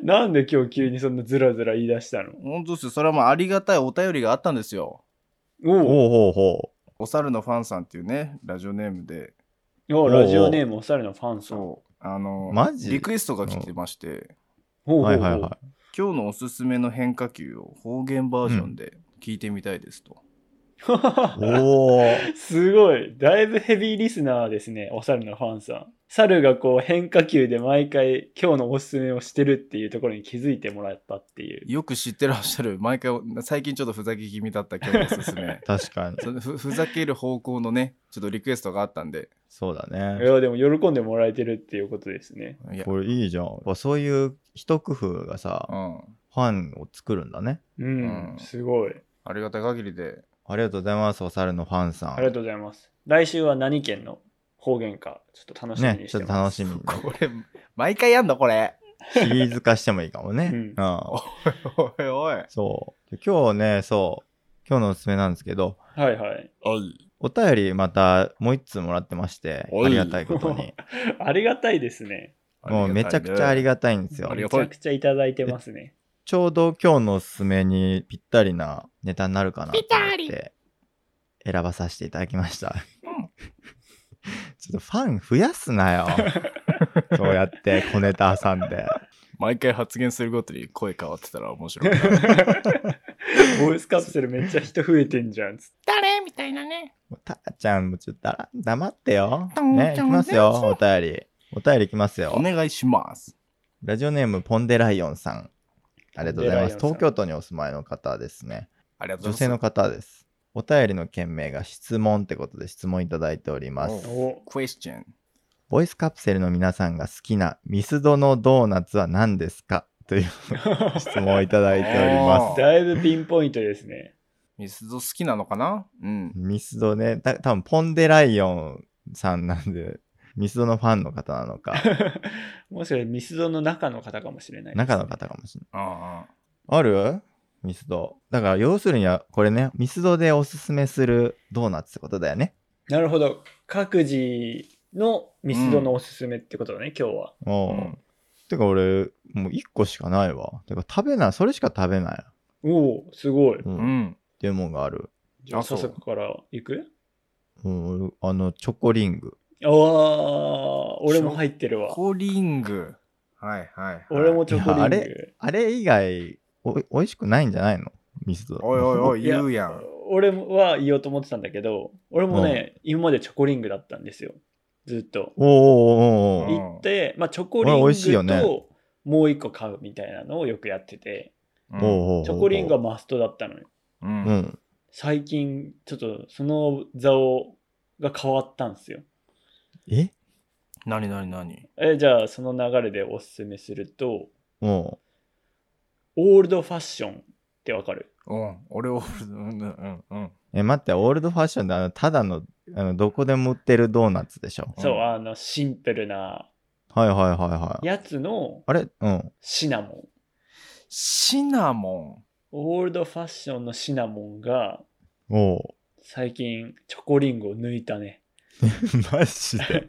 Speaker 3: なんで今日急にそんなズラズラ言い出したの
Speaker 4: 本当ですよ。それはもうありがたいお便りがあったんですよ。
Speaker 2: い。
Speaker 3: おう
Speaker 2: ほうほうほ
Speaker 4: お猿のファンさんっていうね、ラジオネームで、
Speaker 3: おうラジオネームお猿のファンさん。
Speaker 4: そう、あの、
Speaker 2: マジ
Speaker 4: リクエストが来てまして、
Speaker 3: ほ
Speaker 2: う。
Speaker 3: うほ
Speaker 2: は
Speaker 3: う
Speaker 2: い
Speaker 3: ほ
Speaker 2: はいうは
Speaker 4: 今日のおすすめの変化球を方言バージョンで聞いてみたいですと。
Speaker 2: おお。。
Speaker 3: すごい。だいぶヘビーリスナーですね、お猿のファンさん。猿がこう変化球で毎回今日のおすすめをしてるっていうところに気づいてもらったっていう。
Speaker 4: よく知ってらっしゃる、毎回、最近ちょっとふざけ気味だった今日のおすすめ
Speaker 2: 確 かに。
Speaker 4: そのふふざける方向のね、ちょっとリクエストがあったんで。
Speaker 2: そうだ
Speaker 3: い
Speaker 2: ね。
Speaker 3: や、でも喜んでもらえてるっていうことですね。
Speaker 4: いや、
Speaker 2: これいいじゃん。やっぱそういう一工夫がさ、
Speaker 4: うん。
Speaker 2: ファンを作るんだね。
Speaker 3: うん、
Speaker 4: うん
Speaker 3: すごい。
Speaker 4: ありがたい限りで。
Speaker 2: ありがとうございます、お猿のファンさん。
Speaker 3: ありがとうございます。来週は何県の方言か、ちょっと楽しみ
Speaker 2: ね、
Speaker 3: にし
Speaker 2: ちょ
Speaker 3: て
Speaker 2: っと楽
Speaker 3: ます。
Speaker 2: しみに。
Speaker 4: これ、毎回やんのこ れ。
Speaker 2: シリーズ化してもいいかもね。
Speaker 3: うん
Speaker 2: うん
Speaker 4: おいおい。
Speaker 2: そう。で今日ね、そう。今日のおすすめなんですけど、
Speaker 3: はいはい。
Speaker 4: おい。
Speaker 2: お便りまたもう一通もらってまして、
Speaker 4: おい
Speaker 2: ありがたいことに。
Speaker 3: ありがたいですね。
Speaker 2: もうめちゃくちゃありが
Speaker 4: が
Speaker 2: たいんですよ
Speaker 4: あ。り
Speaker 3: め
Speaker 4: が
Speaker 3: ち
Speaker 4: たい
Speaker 3: ゃくちゃいただいてま すね。
Speaker 2: ちょうど今日のおすすめにぴったりなネタになるかなと思って選ばさせていただきました。 ちょっとファン増やすなよ。そうやって小ネタ挟んで。
Speaker 4: 毎回発言するごとに声変わってたら 面白い。
Speaker 3: ボイスカプセルめっちゃ人増えてんじゃん。つって
Speaker 6: 誰みたいなね。
Speaker 2: もうたーちゃんもちょっとだ黙ってよ。
Speaker 6: どんどん
Speaker 2: ね、いきますよ、お便り。お便りきますよ
Speaker 4: お。願いします。
Speaker 2: ラジオネーム、ポンデライオンさん。ありがとうございます。
Speaker 3: ポンデライオンさん
Speaker 2: 東京都にお住まいの方ですね。
Speaker 4: ありがとう
Speaker 2: 女
Speaker 4: ござ
Speaker 2: 性
Speaker 4: いま
Speaker 2: の
Speaker 4: す。
Speaker 2: 方です。お便りの件名が質問ってことで質問いただいておりま
Speaker 4: お
Speaker 2: す。
Speaker 3: お
Speaker 4: クエスチョン。
Speaker 2: ボイスカプセルの皆さんが好きなミスドのドーナツは何ですかという質問をいただいており ます。
Speaker 3: だいぶピンポイントですね。
Speaker 4: ミスド好きなのかなうん。
Speaker 2: ミスドね、た多分ポンデライオンさんなんで、ミスドのファンの方なのか、
Speaker 3: もしかしてミスドの中の方かもしれないですね、
Speaker 2: 中の方かもしれない。
Speaker 4: あ
Speaker 2: あるミスド。だから要するにはこれね、ミスドでおすすめするドーナツってことだよね。
Speaker 3: なるほど。各自のミスドのおすすめってことだね、今日は。
Speaker 2: おう
Speaker 4: うん
Speaker 2: てか俺、もう1個しかないわ。てか食べない、それしか食べない。
Speaker 3: おお、すごい。
Speaker 2: う
Speaker 4: あ。
Speaker 2: ん
Speaker 4: う
Speaker 2: っ
Speaker 4: ん。
Speaker 2: ていうもんがある。
Speaker 3: じゃあ、
Speaker 4: あそ
Speaker 3: 早
Speaker 4: う
Speaker 3: 速から行く
Speaker 2: うん、あの、チョコリング。
Speaker 3: ああ、俺も入ってるわ。
Speaker 4: コリング。はいはい、はい。
Speaker 3: 俺も。チョコリン
Speaker 2: いやあ
Speaker 3: グ。
Speaker 2: れあれ以外、おい美味しくないんじゃないのミスド。
Speaker 4: おいおいおい、
Speaker 3: いや
Speaker 4: 言うやん。
Speaker 3: 俺は言おうと思ってたんだけど、俺もね、今までチョコリングだったんですよ。ずっと。
Speaker 2: おおおうおうおう
Speaker 4: うん
Speaker 3: 行って、まあ、チョコリン
Speaker 2: あれ美味しいよ
Speaker 3: グ
Speaker 2: ね
Speaker 3: ともう一個買うみたいなのをよくやってて、
Speaker 4: うん
Speaker 2: おうおうおう
Speaker 3: チョコリングはマストだったのよ。
Speaker 4: う。
Speaker 2: うんん。
Speaker 3: 最近、ちょっとその座をが変わったんですよ。
Speaker 2: え
Speaker 4: なになになに
Speaker 3: えじゃあ、その流れでおすすめすると、
Speaker 2: も
Speaker 3: オールドファッションってわかる
Speaker 4: うん。俺を、うんうんうん。
Speaker 2: う。え、待って、オールドファッションであの、ただの、あの、どこでも売ってるドーナツでしょ。
Speaker 3: そう、
Speaker 4: うん
Speaker 3: あの、シンプルな
Speaker 2: はいはいはいはい。
Speaker 3: やつの
Speaker 2: あれうん。
Speaker 3: シナモン。
Speaker 4: シナモ
Speaker 3: オールドファッションのシナモンが
Speaker 2: おう。
Speaker 3: 最近チョコリングを抜いたね。
Speaker 2: マジで。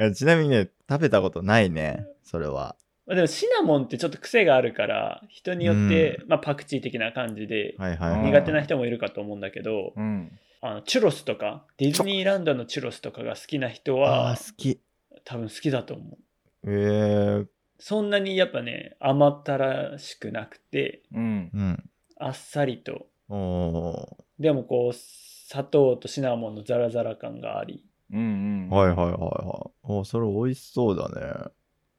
Speaker 2: いやちなみにね、食べべたことないね、それは。
Speaker 3: まあでもシナモンってちょっと癖があるから人によって、まあ、パクチー的な感じで
Speaker 2: はいはいはい。
Speaker 3: 苦手な人もいるかと思うんだけど、
Speaker 4: ン。うん。
Speaker 3: あのチュロスとかディズニーランドのチュロスとかが好きな人
Speaker 2: あ
Speaker 3: は
Speaker 2: あー、好き。
Speaker 3: 多分好きだと思う
Speaker 2: えー、
Speaker 3: そんなにやっぱね甘ったらしくなくて
Speaker 4: うん。
Speaker 2: うん。
Speaker 3: あっさりと
Speaker 2: おお
Speaker 3: でもこう砂糖とシナモンのザラザラ感があり
Speaker 4: うんうん。
Speaker 2: ー。はいはいはいはい。おーそれ美味しそうだね。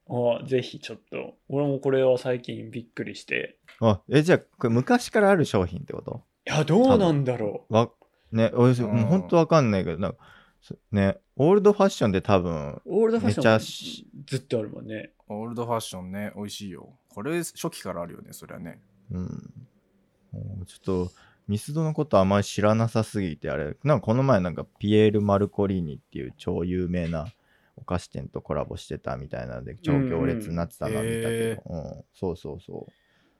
Speaker 3: あぜひちょっと俺もこれは最近びっくりして
Speaker 2: あ、え、じゃあ、これ昔からある商品ってこと
Speaker 3: いやどうなんだろ
Speaker 2: わ、ね、おいしい。
Speaker 4: うん
Speaker 2: もうほんとわかんないけど、なんか、そね、オールドファッションで多分、
Speaker 3: うオールドファッシ
Speaker 2: めっちゃ
Speaker 3: ョ
Speaker 2: し
Speaker 3: ンずっとあるもんね
Speaker 4: オールドファッションね、美味しいよ。これ、初期からあるよね、それはね。
Speaker 2: うん。おーちょっと、ミスドのことあんまり知らなさすぎて、あれ、なんかこの前なんかピエール・マルコリーニっていう超有名なお菓子店とコラボしてたみたいなので、超行列になってたな、見たけど、うん、そうそうそ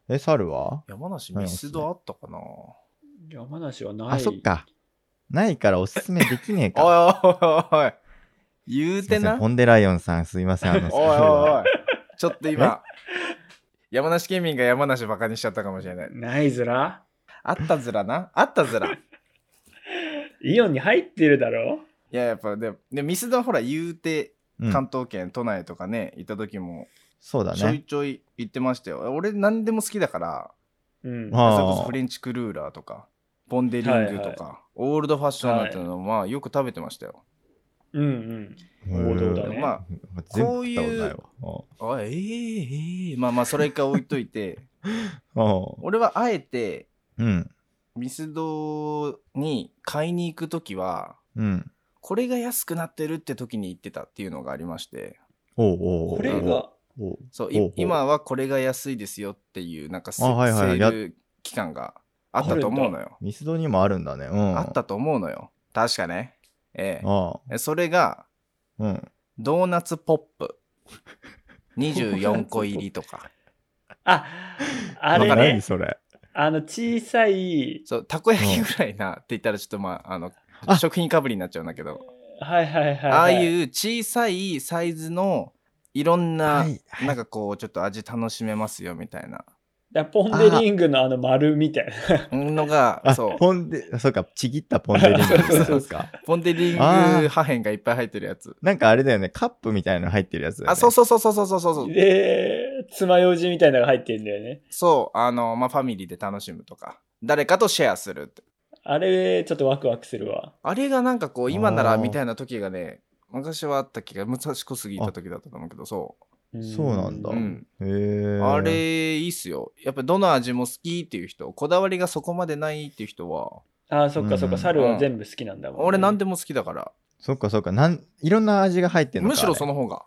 Speaker 2: う。え、猿は
Speaker 4: 山梨、
Speaker 2: はい
Speaker 4: ミスドあったかな
Speaker 3: 山梨はない
Speaker 2: あ、そっか。ないからおすすめできねえか。
Speaker 4: おいおいおいおい。言う
Speaker 2: すい
Speaker 4: て
Speaker 2: ません
Speaker 4: な。
Speaker 2: ポンデライオンさんすいません。あの
Speaker 4: おいおいおい。ちょっと今、山梨県民が山梨バカにしちゃったかもしれない。
Speaker 3: ないずら
Speaker 4: あったずらな。あったず ら。い
Speaker 3: イオンに入ってるだろ
Speaker 4: や、やっぱで、でミスドはほら、言うて、
Speaker 2: うん
Speaker 4: 関東圏、都内とかね、行った時も、
Speaker 2: そうだ
Speaker 4: ちょい
Speaker 2: ね。
Speaker 4: ちょい言ってましたよ。俺何でも好きだから、
Speaker 3: うん。
Speaker 2: あー
Speaker 4: それこそフレンチクルーラーとか、ポンデリングとか、オールドファッションなんていうのは、まあよく食べてましたよ。
Speaker 3: うんうん。
Speaker 2: うん
Speaker 3: 王道だね
Speaker 4: まあ、
Speaker 2: 全部食ったことないわ。
Speaker 4: あええええまあまあそれ一回置いとい て、
Speaker 2: うん
Speaker 4: 俺はあえて
Speaker 2: うん。
Speaker 4: ミスドに買いに行くときは、
Speaker 2: うん。
Speaker 4: これが安くなってるって時に行ってたっていうのがありまして、
Speaker 2: おうおうおう
Speaker 3: これが、
Speaker 2: おう
Speaker 4: そう、
Speaker 2: ほうほ
Speaker 4: いう今はこれが安いですよっていう、なんかセ、
Speaker 2: あはいはい
Speaker 4: セール期間があったと思うのよ。
Speaker 2: ミスドにもあるんだね。うん。
Speaker 4: あったと思うのよ。確かね。え
Speaker 2: ああ。
Speaker 4: え。それが、
Speaker 2: うん。
Speaker 4: ドーナツポップ。24個入りとか。
Speaker 3: あ、あれ
Speaker 2: なんか何
Speaker 3: ね、
Speaker 2: それ。
Speaker 3: あの、小さい、
Speaker 4: そう、たこ焼きぐらいなって言ったらちょっとまあ、あの、
Speaker 2: あ
Speaker 4: 食品かぶりになっちゃうんだけど、
Speaker 3: はいはいはい、はい。
Speaker 4: ああいう小さいサイズのいろんな、
Speaker 2: はいはい
Speaker 4: なんかこう、ちょっと味楽しめますよみたいな
Speaker 3: だからポンデリングのあの丸みたいな。
Speaker 4: のが、
Speaker 2: あ、
Speaker 4: そう、
Speaker 2: ポンデ、そうか、ちぎったポンデリング
Speaker 3: そう
Speaker 2: そ
Speaker 3: そうう
Speaker 2: か。
Speaker 4: ポンデリング
Speaker 2: あー
Speaker 4: 破片がいっぱい入ってるやつ。
Speaker 2: なんかあれだよね、カップみたいなの入ってるやつだよね。
Speaker 4: あ、そうそうそうそうそうそうそ う。
Speaker 3: で、爪楊枝みたいなのが入ってんだよね。
Speaker 4: そう、あの、まあ、ファミリーで楽しむとか、誰かとシェアするって。
Speaker 3: あれ、ちょっとワクワクするわ。
Speaker 4: あれがなんかこう、今な
Speaker 2: あ
Speaker 4: ら
Speaker 2: ー
Speaker 4: みたいな時がね、昔はあった気が、昔こすぎた時だったと思うけど、そ
Speaker 2: そうなんだ
Speaker 4: う。
Speaker 2: あ
Speaker 4: うん。
Speaker 2: へー
Speaker 4: あれ、いいっすよ。やっぱどの味も好きっていう人、こだわりがそこまでないっていう人は、
Speaker 3: ああ、そっかそっ
Speaker 2: うん
Speaker 3: か、猿は全部好きなんだもん、
Speaker 4: 俺何
Speaker 3: で
Speaker 4: でも好きだから、
Speaker 2: そっかそっか、なん、いろんな味が入ってんのか。
Speaker 4: むしろそ
Speaker 2: の。
Speaker 4: の方が。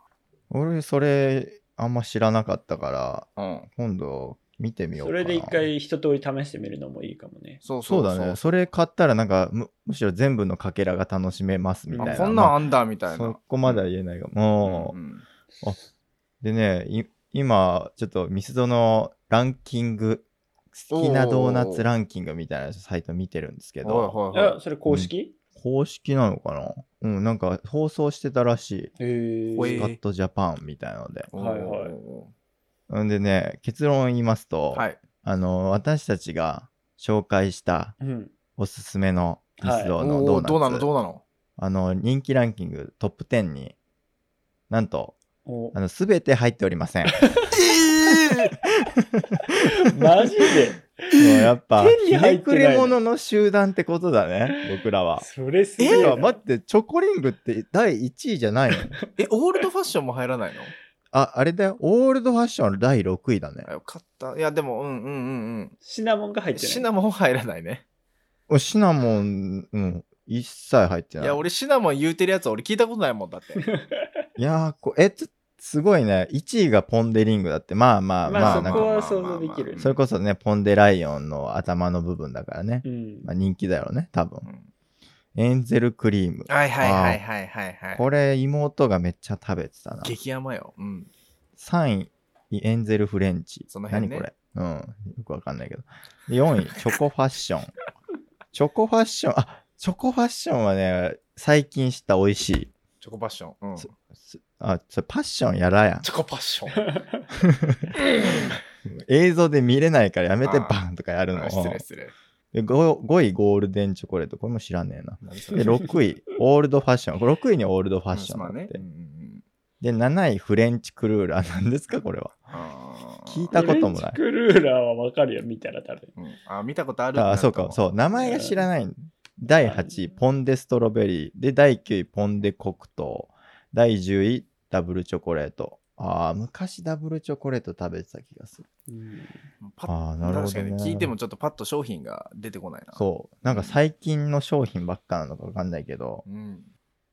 Speaker 2: 俺、それ、あんま知らなかったから、
Speaker 4: うん。
Speaker 2: 今度、見てみよう
Speaker 3: そ
Speaker 2: かな。
Speaker 3: れで一。回一通り試してみるのもいいかもね。
Speaker 4: そうそ
Speaker 2: そううだね。それ買ったら、なんかむ、むしろ全部のかけらが楽しめますみたいな。
Speaker 4: あこんなん
Speaker 2: ま
Speaker 4: あんだみ
Speaker 2: あ
Speaker 4: たいな。
Speaker 2: そこまでは言えないが、もう
Speaker 4: う、ん
Speaker 2: でね、い今、ちょっとミスドのランキング、好きなドーナツランキングみたいなサイト見てるんですけ
Speaker 4: うんはい
Speaker 2: ど、
Speaker 4: はいはい
Speaker 3: あ、それ公式、
Speaker 2: 公式なのかなうん、なんか放送してたらし
Speaker 3: へえ
Speaker 4: お
Speaker 2: い。
Speaker 4: い
Speaker 2: スカットジャパンみたいので。
Speaker 3: はいはい
Speaker 2: んでね、結論言いますと、
Speaker 4: はい。
Speaker 2: あの、私たちが紹介した
Speaker 3: うん。
Speaker 2: おすすめのミスドの
Speaker 4: お
Speaker 2: ドー
Speaker 4: お
Speaker 2: ナツ、
Speaker 4: どうなのどうなの
Speaker 2: あの、人気ランキングトップ10に、なんと、
Speaker 3: お
Speaker 2: あの、すべて入っておりま せん。も
Speaker 3: マジで
Speaker 2: うやっぱ、
Speaker 3: 手
Speaker 2: ひ
Speaker 3: に入
Speaker 2: ね
Speaker 3: って
Speaker 2: く
Speaker 3: ない
Speaker 2: れ者の集団ってことだね、僕らは。
Speaker 3: それすげ
Speaker 2: い
Speaker 3: え
Speaker 2: や
Speaker 3: な。
Speaker 2: 待って、チョコリングって第1位じゃない の
Speaker 4: え、オールドファッションも入らないの
Speaker 2: あ、あれだよ。オールドファッション第6位だね
Speaker 4: あ。よかった。いや、でも、うんうんうん
Speaker 3: シナモンが入
Speaker 4: う
Speaker 3: っ
Speaker 4: ん。
Speaker 3: てない。
Speaker 4: シナモン入らないね。
Speaker 2: おシナモン、うん、一切入って
Speaker 4: い
Speaker 2: ない。
Speaker 4: や、俺シナモン言うてるやつ俺聞いたことないもんだって。
Speaker 2: いやーこえ、ちょすごいね。1位がポンデリングだって。まあまあまあ、
Speaker 3: まあ
Speaker 2: なん
Speaker 3: そ
Speaker 2: か、
Speaker 3: こは想像できる
Speaker 2: それこそね、ポンデライオンの頭の部分だからね。
Speaker 3: うん。
Speaker 2: まあ人気だよね、多分
Speaker 4: う。ん
Speaker 2: エンゼルクリーム。
Speaker 4: はいはいはいはいはいはい。
Speaker 2: これ、妹がめっちゃ食べてたな。
Speaker 4: 激甘よ。うん。
Speaker 2: 3位、エンゼルフレンチ。
Speaker 4: その辺ね
Speaker 2: 何これうん。よくわかんないけど。で4位、チョコファッション。 チョコファッション、あ、チョコファッションはね、最近知った美味しい。
Speaker 4: チョコパッション。うん。チ
Speaker 2: そすあ、それパッションやらやん。
Speaker 4: ョコパッション。
Speaker 2: 映像で見れないからやめて
Speaker 4: あー
Speaker 2: バンとかやるの。
Speaker 4: あ 失礼失礼。
Speaker 2: で 5, 位、ゴールデンチョコレート。これも知らねえな。で、6位、オールドファッション。これ6位にオールドファッション
Speaker 4: ま
Speaker 2: だ
Speaker 4: あ
Speaker 2: って。
Speaker 4: ね。うんうんうん
Speaker 2: で、7位、フレンチクルーラー。何ですか、これは。
Speaker 4: あー
Speaker 2: 聞いたこともな
Speaker 3: フレン
Speaker 2: い
Speaker 3: チ。クルーラーはわかるよ、見たら多分。
Speaker 4: うんあ、見たことある。
Speaker 2: ああ、そうか、そうう。名前が知らない。第8位、ポンデストロベリー。で、第9位、ポンデ黒糖。第10位、ダブルチョコレート。ああ、昔ダブルチョコレート食べてた気がする。
Speaker 3: うん
Speaker 4: パ
Speaker 2: ああ、
Speaker 4: ッ
Speaker 2: なるほ
Speaker 4: 確
Speaker 2: ど、
Speaker 4: か
Speaker 2: ね。
Speaker 4: に聞いてもちょっとパッと商品が出てこないな。
Speaker 2: そう。なんか最近の商品ばっかなのかわかんないけ ど。
Speaker 4: うん。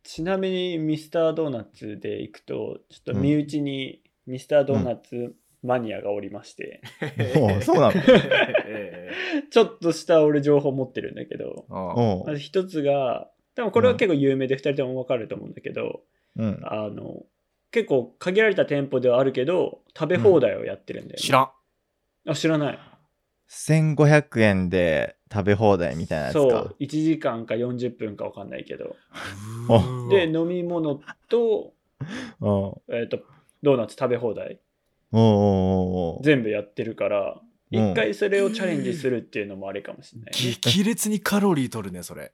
Speaker 3: ちなみにミスタードーナツで行くと、ちょっと身内にミスタードーナツマニアがおり まして、
Speaker 2: おうそう なの
Speaker 4: ええ
Speaker 3: ちょっとした俺情報持ってるんだけど、
Speaker 4: あ
Speaker 2: お
Speaker 3: ま
Speaker 2: う
Speaker 3: ず一つが、でもこれは結構有名で2人とも分かると思うんだけど、
Speaker 2: うん。
Speaker 3: あの、結構限られた店舗ではあるけど、食べ放題をやってるんだよ、ね
Speaker 4: 知らん。
Speaker 3: あ、知らない。
Speaker 2: 1500円で食べ放題みたいなやつか。
Speaker 3: そう、1時間か40分か分かんないけど。
Speaker 2: お
Speaker 4: うわ
Speaker 3: で、飲み物と、
Speaker 2: おう
Speaker 3: えっ、と、ドーナツ食べ放題、
Speaker 2: おうおうおう
Speaker 3: 全部やってるから、
Speaker 2: うん
Speaker 3: 一回それをチャレンジするっていうのもあれかもしれないね、
Speaker 4: 激烈にカロリー取るね、それ。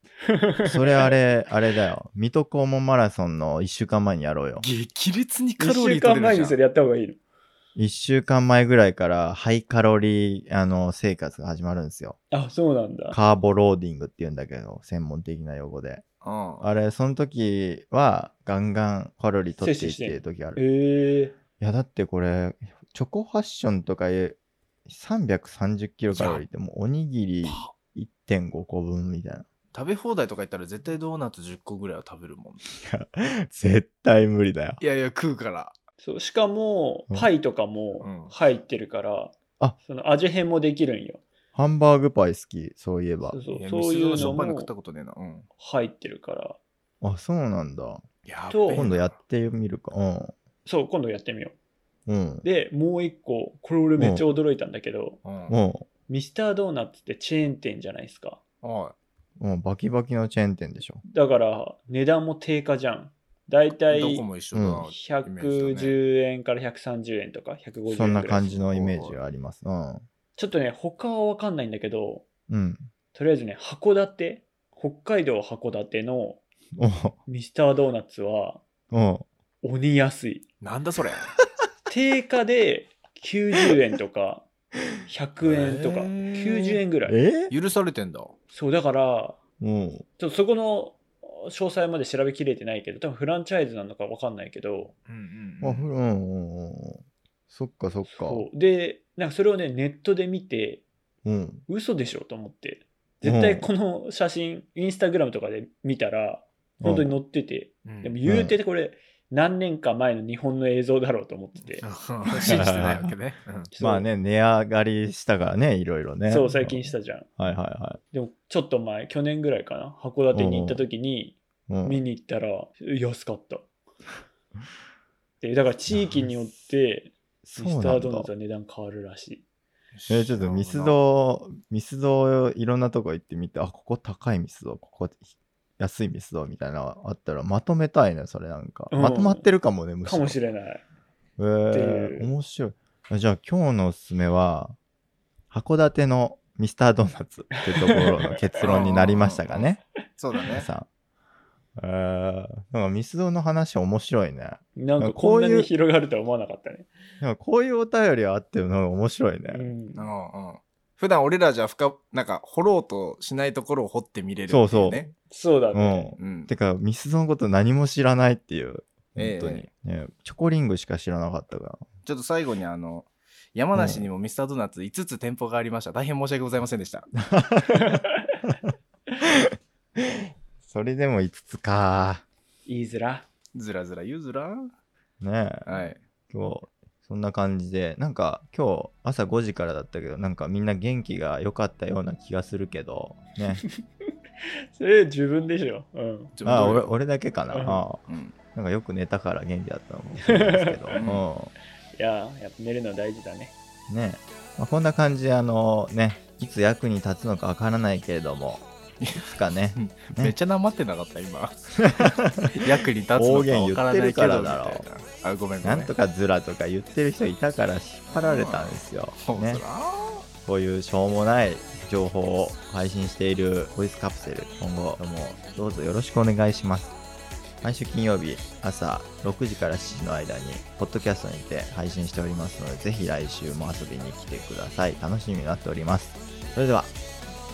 Speaker 2: それあれ、あれだよ。水戸黄門マラソンの1週間前にやろうよ。
Speaker 4: 激烈に
Speaker 3: 1
Speaker 4: カロリ
Speaker 3: 週
Speaker 4: ー取
Speaker 3: 間
Speaker 4: れる
Speaker 3: 前
Speaker 4: じゃ
Speaker 3: に
Speaker 4: ん
Speaker 3: それやった方がいいの。
Speaker 2: 一週間前ぐらいからハイカロリー、あの、生活が始まるんですよ。
Speaker 3: あ、そうなんだ。
Speaker 2: カーボローディングって言うんだけど、専門的な用語で。
Speaker 4: うん。
Speaker 2: あれ、その時はガンガンカロリー取ってい
Speaker 3: 摂取
Speaker 2: っ
Speaker 3: して
Speaker 2: ていう時あ
Speaker 3: え
Speaker 2: る。い
Speaker 3: ー、
Speaker 2: や、だってこれ、チョコファッションとかいう330キロカロリーってもうおにぎり1.5個分みたいな。
Speaker 4: 食べ放題とか言ったら絶対ドーナツ10個ぐらいは食べるもん。
Speaker 2: 絶対無理だよ。
Speaker 4: いやいや、食うから。
Speaker 3: そうしかも
Speaker 2: うん
Speaker 3: パイとか
Speaker 4: うん
Speaker 3: も入ってるから、
Speaker 2: あ
Speaker 3: その味変もできるんよ。
Speaker 2: ハンバーグパイ好き、そういえば
Speaker 3: そう。
Speaker 4: い
Speaker 3: そう
Speaker 4: や、
Speaker 3: そうい
Speaker 4: の
Speaker 3: う
Speaker 4: しょ
Speaker 3: の
Speaker 4: っぱいの食った
Speaker 3: も
Speaker 4: ことねえな。うん。
Speaker 3: 入ってるから。
Speaker 2: あ、そうなんだ。
Speaker 4: やっべえ
Speaker 3: と
Speaker 4: な
Speaker 2: 今度やってみるか。うん。
Speaker 3: そう、今度やってみよ
Speaker 2: うん
Speaker 3: う。。で、もう一個、これ俺めっちゃ驚いたんだけど、
Speaker 4: うん。
Speaker 2: うん。
Speaker 3: ミスタードーナツってチェーン店じゃないですか。
Speaker 4: おい。
Speaker 2: うん、バキバキのチェーン店でしょ。
Speaker 3: だから、値段も低下じゃん。だいたい
Speaker 4: どこも一緒だな。イメージだね
Speaker 3: 110円から130円とか150円ぐらい。
Speaker 2: そんな感じのイメージがあります。うん。
Speaker 3: ちょっとね、他はわかんないんだけど、
Speaker 2: うん。
Speaker 3: とりあえずね、函館、北海道函館の
Speaker 2: お
Speaker 3: ミスタードーナツは
Speaker 2: お
Speaker 3: 鬼安い。
Speaker 4: なんだそれ。
Speaker 3: 定価で90円とか100円とか
Speaker 4: へー
Speaker 3: 90円ぐらい。
Speaker 2: え
Speaker 4: 許されてんだ。
Speaker 3: そう、だから、
Speaker 2: うん。
Speaker 3: ちょっとそこの詳細まで調べきれてないけど、多分フランチャイズなのかわかんないけど、
Speaker 4: うん
Speaker 2: あ、ふうんうんうん。そっかそっか。
Speaker 3: そうで、なんかそれをね、ネットで見て、
Speaker 2: うん。
Speaker 3: 嘘でしょと思って。絶対この写真、インスタグラムとかで見たら、本当に載ってて、
Speaker 4: うん
Speaker 3: でも言うてこれ、何年か前の日本の映像だろうと思ってて。
Speaker 4: うん信じてないわけね。うん
Speaker 2: まあね、値上がりしたからね、いろいろね。
Speaker 3: そう、最近したじゃん。
Speaker 2: た。はいは
Speaker 3: でも、ちょっと前、去年ぐらいかな、函館に行った時に、
Speaker 2: いはい。う
Speaker 3: 見
Speaker 2: ん。
Speaker 3: に行ったら、安かった。で、だから地域によって、
Speaker 2: そ
Speaker 3: ミス
Speaker 2: う
Speaker 3: タ
Speaker 2: な
Speaker 3: ー
Speaker 2: ん
Speaker 3: ドーナツ
Speaker 2: だ。
Speaker 3: は値段変わるらしい。
Speaker 2: えちょっとミス。ド、ミスドいろんなとこ行ってみて、あ、ここ高いミスド、ここ安いミスドみたいなのあったらまとめたいね、それなんか。
Speaker 3: うん
Speaker 2: まとまってるかもね、むし
Speaker 3: か
Speaker 2: ろ。
Speaker 3: もしれない。
Speaker 2: え
Speaker 3: って
Speaker 2: ー、
Speaker 3: いう
Speaker 2: 面白い。あじゃあ今日のおすすめは、函館のミスタードーナツってところの結論になりましたか ね、
Speaker 4: そうだ
Speaker 2: 皆
Speaker 4: ね。
Speaker 2: さん。えー、なんかミスドの話面白いね。な
Speaker 3: なん
Speaker 2: ん
Speaker 3: か
Speaker 2: かこ
Speaker 3: こ
Speaker 2: うんいう
Speaker 3: なに広がるとは思わなかったね。
Speaker 2: なんかこういうお便りあってるのが面白いね。
Speaker 3: うん
Speaker 4: う、んうん。普段俺らじゃ深なんか掘ろうとしないところを掘ってみれるっていね。
Speaker 2: そうそう
Speaker 3: そうだ
Speaker 2: う
Speaker 3: ね。
Speaker 2: ん。
Speaker 4: うん。
Speaker 2: てか、ミスドのこと何も知らないっていう。
Speaker 4: え
Speaker 2: 本
Speaker 4: え
Speaker 2: 当に、ねチョコリングしか知らなかったから。
Speaker 4: ちょっと最後にあの、山梨にもミスタードーナツ5つ店舗がありました。大変申し訳ございませんでした。
Speaker 2: それでも5つか。
Speaker 3: いいずら。
Speaker 4: ずらずら言うずら
Speaker 2: ねえ。
Speaker 4: はい。
Speaker 2: 今日そんな感じでなんか今日朝5時からだったけどなんかみんな元気が良かったような気がするけど ね
Speaker 3: それ自分でしょ。うん。
Speaker 4: ちょ
Speaker 2: あ
Speaker 4: どう
Speaker 2: 俺俺だけかな
Speaker 3: うん
Speaker 2: ああ
Speaker 4: うん。
Speaker 2: なんかよく寝たから元気だったのかもしれないですけ ど、
Speaker 3: いやー、やっぱ寝るの大事だね。
Speaker 2: うん、ね、まあ、こんな感じであのねいつ役に立つのかわからないけれどもいつかね
Speaker 4: めっちゃなまってなかった 今役に立つのかわからないけどみたいな
Speaker 2: 方言言ってる
Speaker 4: あごめんご
Speaker 2: な
Speaker 4: め
Speaker 2: んんとかズラとか言ってる人いたから引っ張られたんですよ、
Speaker 4: そう
Speaker 2: ね
Speaker 4: そ、ら
Speaker 2: こういうしょうもない情報を配信しているボイスカプセル、今後ともどうぞよろしくお願いします。毎週金曜日朝6時から7時の間に、ポッドキャストにて配信しておりますので、ぜひ来週も遊びに来てください。楽しみになっております。それでは、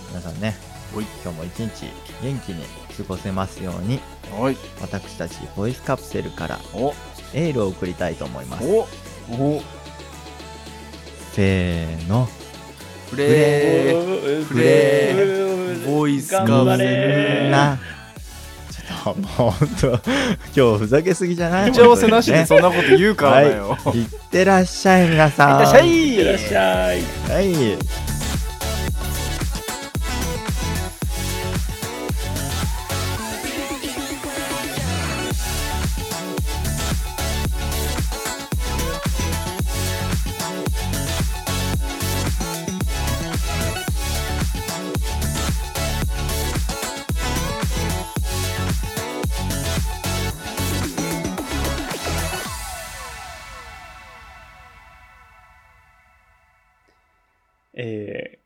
Speaker 2: 皆さんね、今日も一日元気に過ごせますように、
Speaker 4: おい
Speaker 2: 私たちボイスカプセルから
Speaker 4: お
Speaker 2: エールを送りたいと思います。
Speaker 4: お
Speaker 3: お
Speaker 2: せーの。
Speaker 4: プレー
Speaker 3: フ
Speaker 4: レ
Speaker 3: ー
Speaker 4: ボイスカ
Speaker 3: 頑張
Speaker 4: プ
Speaker 3: れ
Speaker 2: みんなちょっともうほんと今日ふざけすぎじゃない
Speaker 4: 打ち合わせなしで
Speaker 2: 本
Speaker 4: そんなこと言うからだよ、
Speaker 2: 当にねいってらっしゃい皆さん
Speaker 3: いってらっしゃい。
Speaker 2: はい
Speaker 3: えー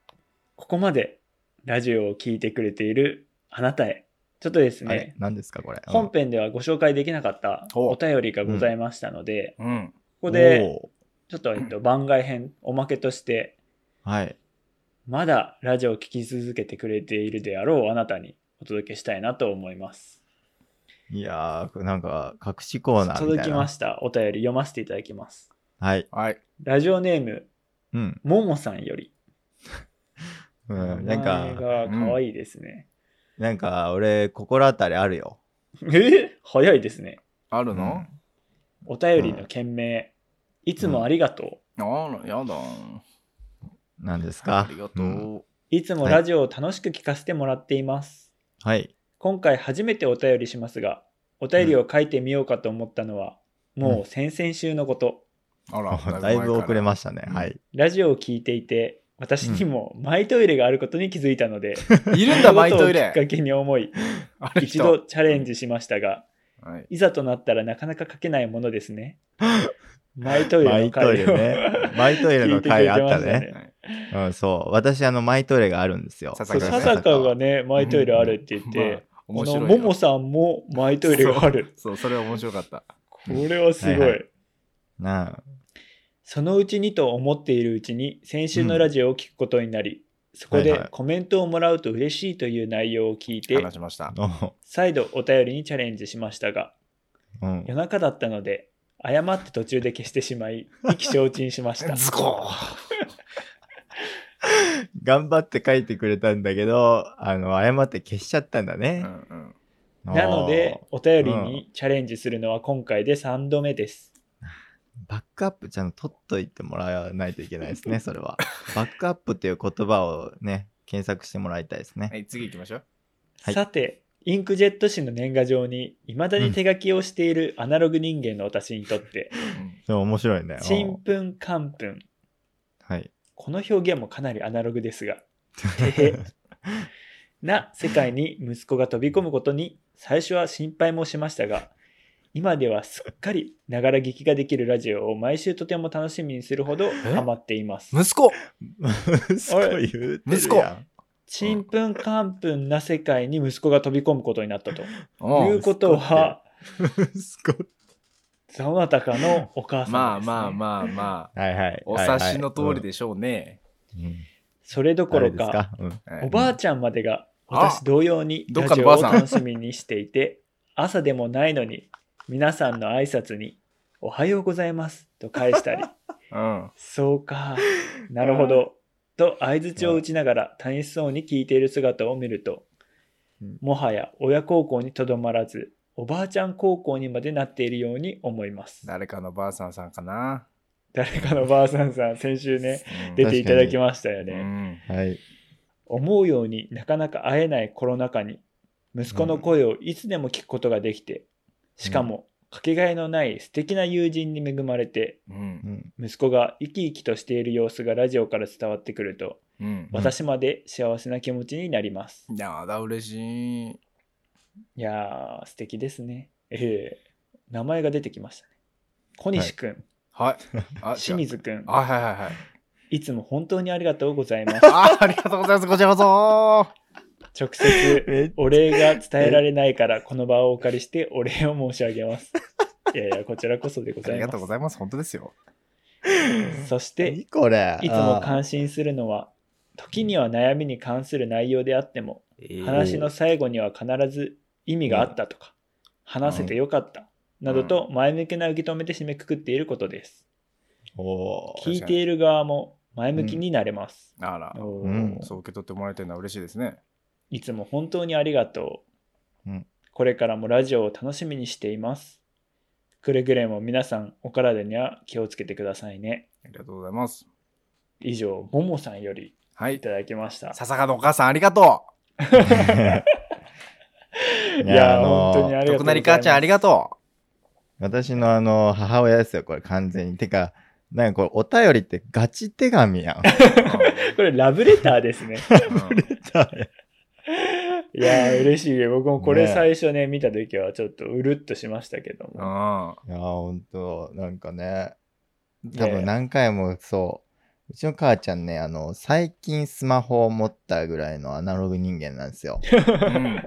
Speaker 3: ここまでラジオを聞いてくれているあなたへ、ちょっとです
Speaker 2: あれ
Speaker 3: ね、
Speaker 2: 何ですかこれ
Speaker 3: 本編ではご紹介できなかったお便りがございましたので、
Speaker 4: うん
Speaker 3: ここで
Speaker 2: お
Speaker 3: ちょっと、えっと、番外編、おまけとして、
Speaker 2: はい。
Speaker 3: まだラジオを聞き続けてくれているであろうあなたにお届けしたいなと思います。
Speaker 2: いやー、なんか、隠しコーナーみたいな。
Speaker 3: 届きました。お便り読ませていただきます。
Speaker 2: はい。
Speaker 4: はい。
Speaker 3: ラジオネーム、
Speaker 2: うん。
Speaker 3: ももさんより。
Speaker 2: うん、なん
Speaker 3: 名
Speaker 2: か、
Speaker 3: 前が可愛いですね。
Speaker 2: なんか、俺、心当たりあるよ。
Speaker 3: え早いですね。
Speaker 4: あるの、
Speaker 3: お便りの件名、いつもありがとう。
Speaker 4: あら、やだ。
Speaker 2: なんですか
Speaker 4: ありがとう。
Speaker 2: ん
Speaker 3: いつもラジオを楽しく聞かせてもらっています。
Speaker 2: はい。
Speaker 3: 今回初めてお便りしますが、お便りを書いてみようかと思ったのは、もう先々週のこと。
Speaker 4: あら、
Speaker 2: だいぶ遅れ
Speaker 4: ま
Speaker 2: ましたね。
Speaker 4: うん
Speaker 2: はい。
Speaker 3: ラジオを聞いていて、私にもマイトイレがあることに気づいたので、
Speaker 4: す。いるん だ、バイト
Speaker 3: このことをきっ
Speaker 4: イレ。
Speaker 3: かけに思い、
Speaker 4: ある
Speaker 3: 一
Speaker 4: 人
Speaker 3: 度。チャレンジしましたが、
Speaker 4: はい、
Speaker 3: いざとなったらなかなか書けないものですね。マイトイ
Speaker 2: マ
Speaker 3: レの
Speaker 2: イトイ
Speaker 3: 回
Speaker 2: レ
Speaker 3: を、
Speaker 2: ね。マイトイレ
Speaker 3: 聞
Speaker 2: の
Speaker 3: いてく
Speaker 2: 回
Speaker 3: れてま
Speaker 2: あっ
Speaker 3: したた
Speaker 2: ね。
Speaker 3: ね。
Speaker 2: うん、そう。私、あの、マイトイレがあるんですよ。
Speaker 3: そ
Speaker 4: 笹
Speaker 3: う、
Speaker 4: 川
Speaker 3: さ
Speaker 4: ね
Speaker 3: さかがね、マイトイレあるって言って、
Speaker 4: 面
Speaker 3: この
Speaker 4: 白い
Speaker 3: も
Speaker 4: よ。
Speaker 3: もさんもマイトイレがある。
Speaker 4: そう、それは面白かった。
Speaker 3: これはすごい。
Speaker 2: はいはいなあ
Speaker 3: そのうちにと思っているうちに先週のラジオを聞くことになり、そこ
Speaker 2: はいは
Speaker 3: で
Speaker 2: い
Speaker 3: コメントをもらうと嬉しいという内容を聞いて、
Speaker 4: 話しました。
Speaker 2: の
Speaker 3: 再度お便りにチャレンジしましたが、
Speaker 2: うん。
Speaker 3: 夜中だったので、誤って途中で消してしまい、意気消沈しました。
Speaker 4: ズコ
Speaker 2: 頑張って書いてくれたんだけど、あの、誤って消しちゃったんだ
Speaker 4: ー、う
Speaker 2: ね。
Speaker 4: ん
Speaker 3: なので、お便り
Speaker 2: う
Speaker 3: にチャレンジするのは今回で3度目です。
Speaker 2: あー、バックアップちゃんと取っといてもらわないといけないですね、それは。バックアップっていう言葉をね、検索してもらいたいです
Speaker 4: は
Speaker 2: ね。
Speaker 4: い、次行きましょう。
Speaker 2: はい
Speaker 3: さて、インクジェット紙の年賀状に未だに手書きをしているアナログ人間の私にとって、
Speaker 4: うん
Speaker 2: でも面白いね。
Speaker 3: ちん
Speaker 2: うん
Speaker 3: ぷんかんぷん、
Speaker 2: はい。
Speaker 3: この表現もかなりアナログですが、てへ な世界に息子が飛び込むことに最初は心配もしましたが、今ではすっかりながら聞きができるラジオを毎週とても楽しみにするほどハマっています。
Speaker 4: 息子
Speaker 2: 息子言うてるやん
Speaker 4: 息子
Speaker 3: ちんぷんかんぷんな世界に息子が飛び込むことになったとい
Speaker 4: お
Speaker 3: うことは、
Speaker 2: 息子。
Speaker 3: そなたかのお母さんです、ね。
Speaker 4: まあまあまあまあ、
Speaker 2: はいはい。
Speaker 4: お察しの通り
Speaker 2: で。
Speaker 4: でしょうね。
Speaker 2: うん
Speaker 3: それどころか、
Speaker 2: あれですか
Speaker 4: はい
Speaker 3: おばあちゃんまでが
Speaker 4: あ
Speaker 3: 私同様に
Speaker 4: どっ
Speaker 3: ラ
Speaker 4: か
Speaker 3: ジ
Speaker 4: の
Speaker 3: オを
Speaker 4: ばあさん
Speaker 3: 楽しみにしていて、 朝でもないのに、皆さんの挨拶に、おはようございますと返した り、
Speaker 4: うん。
Speaker 3: そうか、なるほど、と相槌を打ちながら楽しそうに聞いている姿を見ると
Speaker 2: うん、
Speaker 3: もはや親孝行にとどまらず、おばあちゃん孝行にまでなっているように思います。
Speaker 4: 誰かのばあさんさんかな。
Speaker 3: 誰かのばあさんさん、先週ね、
Speaker 4: うん
Speaker 3: 出ていただきましたよね。
Speaker 4: うん
Speaker 2: うん。はい。
Speaker 3: 思うようになかなか会えないコロナ禍に息子の声をいつでも聞くことができて、しかもかけがえのない素敵な友人に恵まれて
Speaker 4: うん。
Speaker 2: うん
Speaker 3: 息子が生き生きとしている様子がラジオから伝わってくると
Speaker 4: うん。
Speaker 3: 私まで幸せな気持ちになります、
Speaker 4: やだ、嬉しい。
Speaker 3: いやー素敵ですねええ名前が出てきましたね小西くん、
Speaker 4: はい。あ
Speaker 3: 清。水くん
Speaker 4: 違うあ、はいはいはい。
Speaker 3: いつも本当にありがとうござい ます
Speaker 4: あ、ありがとうございます。こちらこそ。
Speaker 3: 直接お礼が伝えられないからこの場をお借りしてお礼を申し上げ ます。いやいや、こちらこそでご
Speaker 4: あ
Speaker 3: ざ
Speaker 4: り
Speaker 3: い
Speaker 4: が
Speaker 3: ま
Speaker 4: とうご
Speaker 3: す。
Speaker 4: ざいます。本当ですよ。
Speaker 3: そして
Speaker 2: 何、これ
Speaker 3: いつも感心するのは、時には悩みに関する内容であっても、話の最後には必ず意味があったとか、話せてよかった、などと前向きな受け止めて締めくくっていることです。
Speaker 2: あーおー
Speaker 3: 聞いている側も前向きになれます。
Speaker 4: あら、
Speaker 3: おー
Speaker 2: うん
Speaker 4: そう受け取ってもらえてるのは嬉しいですね。
Speaker 3: いつも本当にありがとう。
Speaker 2: うん
Speaker 3: これからもラジオを楽しみにしています。くれぐれも皆さん、お体には気をつけてくださいね。
Speaker 4: ありがとうございます。
Speaker 3: 以上、ももさんより
Speaker 4: はいい。
Speaker 3: ただきました。
Speaker 4: 笹川のお母さん、ありがと
Speaker 3: い
Speaker 2: いや
Speaker 3: やー、
Speaker 2: あのー
Speaker 3: 本当にありがとうございま
Speaker 4: う。
Speaker 3: す。
Speaker 4: 徳成母ちゃん、ありがと
Speaker 2: 私のあの、母親ですよ、これ完全に。てか、なんかこれお便りってガチ手紙 やん。
Speaker 4: う。
Speaker 3: これ、ラブレターですね。
Speaker 4: うん
Speaker 3: いやー、嬉しいよ。僕もこれ
Speaker 2: ね
Speaker 3: 最初ね、見た時はちょっとうるっとしましたけど
Speaker 4: う
Speaker 3: も。
Speaker 2: い
Speaker 4: ん。
Speaker 2: やー、ほんと、なんかね、
Speaker 3: ね
Speaker 2: 多分何回もそう。うちの母ちゃんね、あの、最近スマホを持ったぐらいのアナログ人間なんです よ。
Speaker 4: うん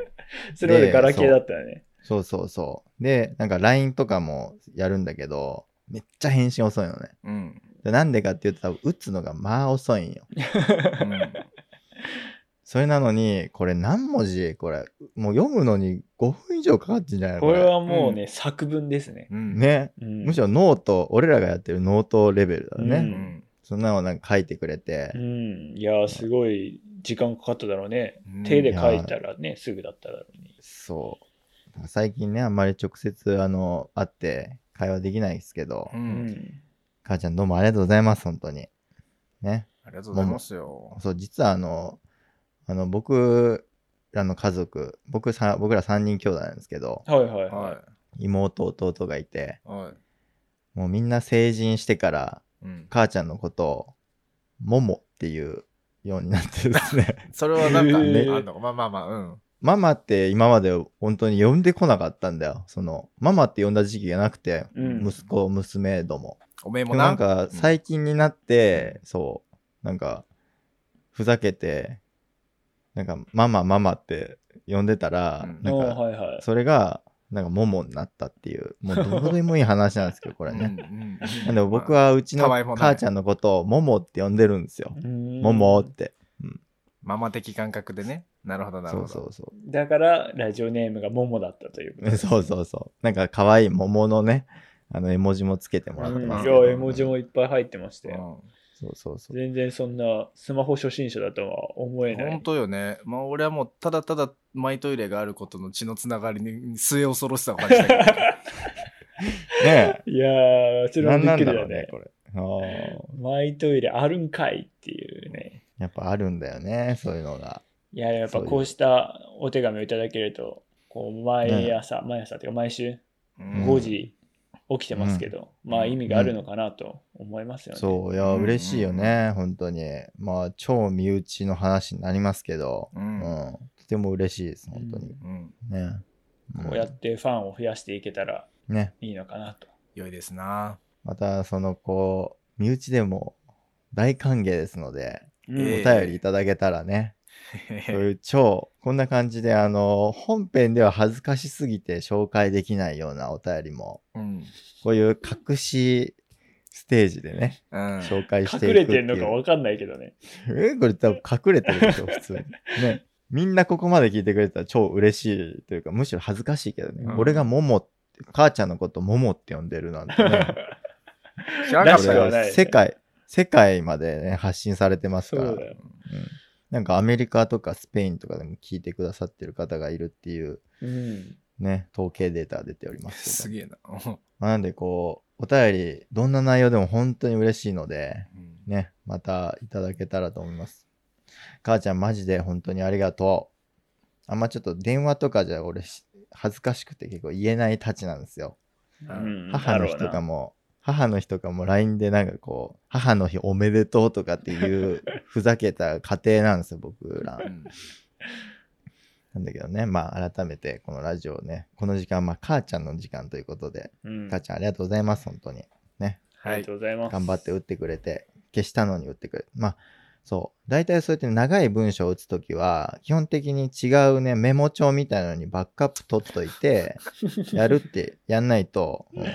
Speaker 3: それまでガラケーだったよね。
Speaker 2: そうそうそう。で、なんか LINE とかもやるんだけど、めっちゃ返信遅いのね。
Speaker 4: うん。
Speaker 2: でなんでかっていうと多分打つのがまあ遅いんよ。
Speaker 4: うん
Speaker 2: それなのに、これ何文字これ、もう読むのに5分以上かかってんじゃない
Speaker 3: これはもうね、作文ですね。
Speaker 4: うん
Speaker 2: ね。
Speaker 3: うん
Speaker 2: むしろノート、俺らがやってるノートレベルだよね。
Speaker 3: う
Speaker 4: うんん
Speaker 2: そんなのなんか書いてくれて
Speaker 3: う、ん、いやー、すごい時間かかっただろうね。
Speaker 4: うん
Speaker 3: 手で書いたらね、すぐだっただろうね。
Speaker 2: そう。なんか最近ね、あんまり直接、あの、会って会話できないですけど、
Speaker 4: う
Speaker 3: うんん。
Speaker 2: 母ちゃんどうもありがとうございます、本当に。ね。
Speaker 4: ありがとうございますよ。
Speaker 2: そう、実はあの、あの、僕らの家族、僕さ、僕ら3人兄弟なんですけど、
Speaker 3: はいはいはい。
Speaker 4: は
Speaker 2: 妹、弟がいて、
Speaker 4: い。は
Speaker 2: もうみんな成人してから、
Speaker 4: い。うん。
Speaker 2: 母ちゃんのことを、ももっていうようになってですね。
Speaker 4: それはなんか、
Speaker 3: へー
Speaker 4: あんのかまあまあまあ、うん。
Speaker 2: ママって今まで本当に呼んでこなかったんだよ。その、ママって呼んだ時期がなくて、
Speaker 3: うん
Speaker 2: 息子、娘ども。
Speaker 4: おめえ
Speaker 2: で
Speaker 4: も
Speaker 2: も
Speaker 4: な。
Speaker 2: なんか最近になって、そう、なんか、ふざけて、なんか、ママ、ママって呼んでたら、
Speaker 4: うん
Speaker 2: なん
Speaker 3: お
Speaker 2: か、
Speaker 3: ーはいはい。
Speaker 2: それが、なんか、ももになったっていう、もうどうでもいい話なんですけど、これね。なんで僕
Speaker 4: は、
Speaker 2: はうちの
Speaker 4: たわいもない
Speaker 2: 母ちゃんのことをももって呼んでるんですよ。も
Speaker 3: も
Speaker 2: もって。
Speaker 4: ママ的感覚でね。なるほど、なる
Speaker 2: そ
Speaker 4: ほ
Speaker 2: う
Speaker 4: ど。
Speaker 2: そう そ
Speaker 3: だから、ラジオネームがももだったということ
Speaker 2: う。 そうそうそう。なんか可愛い桃のね、あの絵文字もつけてもらって
Speaker 3: うん
Speaker 2: ます
Speaker 3: い
Speaker 2: け
Speaker 3: や
Speaker 2: ど。
Speaker 3: 絵文字もいっぱい入ってましたよ。
Speaker 2: そうそうそう。
Speaker 3: 全然そんなスマホ初心者だとは思え
Speaker 4: うん
Speaker 3: な
Speaker 4: 本
Speaker 3: い。
Speaker 4: 当よね。まあ俺はもうただただマイトイレがあることの血のつながりに末恐ろしさを感じたけど
Speaker 2: ね
Speaker 3: いやー、そ
Speaker 2: え。
Speaker 3: れも
Speaker 2: なん
Speaker 3: びっ
Speaker 2: なん
Speaker 3: く
Speaker 2: だろ
Speaker 3: りだ
Speaker 2: うね
Speaker 3: ね、。
Speaker 2: これ。あ
Speaker 3: マイトイレあるんかいっていうね。
Speaker 2: ーやっぱあるんだよね、そういうのが。
Speaker 3: いや、やっぱ
Speaker 2: そういう
Speaker 3: こうしたお手紙をいただけると、こう毎朝、毎朝っていうか毎週
Speaker 4: うん
Speaker 3: 5時起きてますけど、まあ意味があるのかなと思いますよね。
Speaker 2: そう、いや、
Speaker 4: うん
Speaker 2: 嬉しいよね、本当に。まあ、超身内の話になりますけど、
Speaker 4: う
Speaker 2: うん
Speaker 4: うん
Speaker 2: ん。とても嬉しいです、本当に。
Speaker 4: うん。
Speaker 2: ねえ。
Speaker 3: こうやってファンを増やしていけたら
Speaker 2: うんね。
Speaker 3: いいのかなと。
Speaker 4: 良いですな。
Speaker 2: また、その、こう、身内でも大歓迎ですので、
Speaker 3: うん
Speaker 4: ええ
Speaker 2: お便りいただけたらね、そういう超、こんな感じで、あの、本編では恥ずかしすぎて紹介できないようなお便りも、
Speaker 4: うん。
Speaker 2: こういう隠しステージでね、
Speaker 4: うん。
Speaker 2: 紹介してい
Speaker 3: 隠
Speaker 2: くっ
Speaker 3: れ
Speaker 2: てい
Speaker 3: て
Speaker 2: うん
Speaker 3: のか分かんないけどね。
Speaker 2: えこれ多分隠れてるでしょ、普通に。ね。みんなここまで聞いてくれてたら超嬉しいというか、むしろ恥ずかしいけどね。
Speaker 4: うん
Speaker 2: 俺がもも、母ちゃんのことももって呼んでるなんてね。これ
Speaker 3: らし
Speaker 4: 知らなかっ
Speaker 3: たくは
Speaker 4: よ。
Speaker 3: ないね
Speaker 2: 世界、世界までね、発信されてます
Speaker 3: そ
Speaker 2: から。
Speaker 3: うだよ。
Speaker 2: うんなんかアメリカとかスペインとかでも聞いてくださってる方がいるっていう
Speaker 3: うん。
Speaker 2: ね、統計データ出ておりますけど。
Speaker 4: すげえな。
Speaker 2: まあなんでこう、お便り、どんな内容でも本当に嬉しいので、
Speaker 4: うん
Speaker 2: ね、またいただけたらと思います。母ちゃん、マジで本当にありがとう。あんまちょっと電話とかじゃ俺し、恥ずかしくて結構言えないたちなんですよ。
Speaker 3: うん
Speaker 2: 母の日とかも、母の日とかも LINE でなんかこう、母の日おめでとうとかっていうふざけた家庭なんですよ、僕ら
Speaker 4: う。ん
Speaker 2: なんだけどね、まあ改めてこのラジオね、この時間、まあ母ちゃんの時間ということで、
Speaker 3: うん
Speaker 2: 母ちゃんありがとうございます、本当に。
Speaker 3: ありがとうございます。
Speaker 2: 頑張って打ってくれて、消したのに打ってくれまあ、そう。大体そうやって長い文章を打つときは、基本的に違うね、メモ帳みたいなのにバックアップ取っとい て、やるってやんないと、うん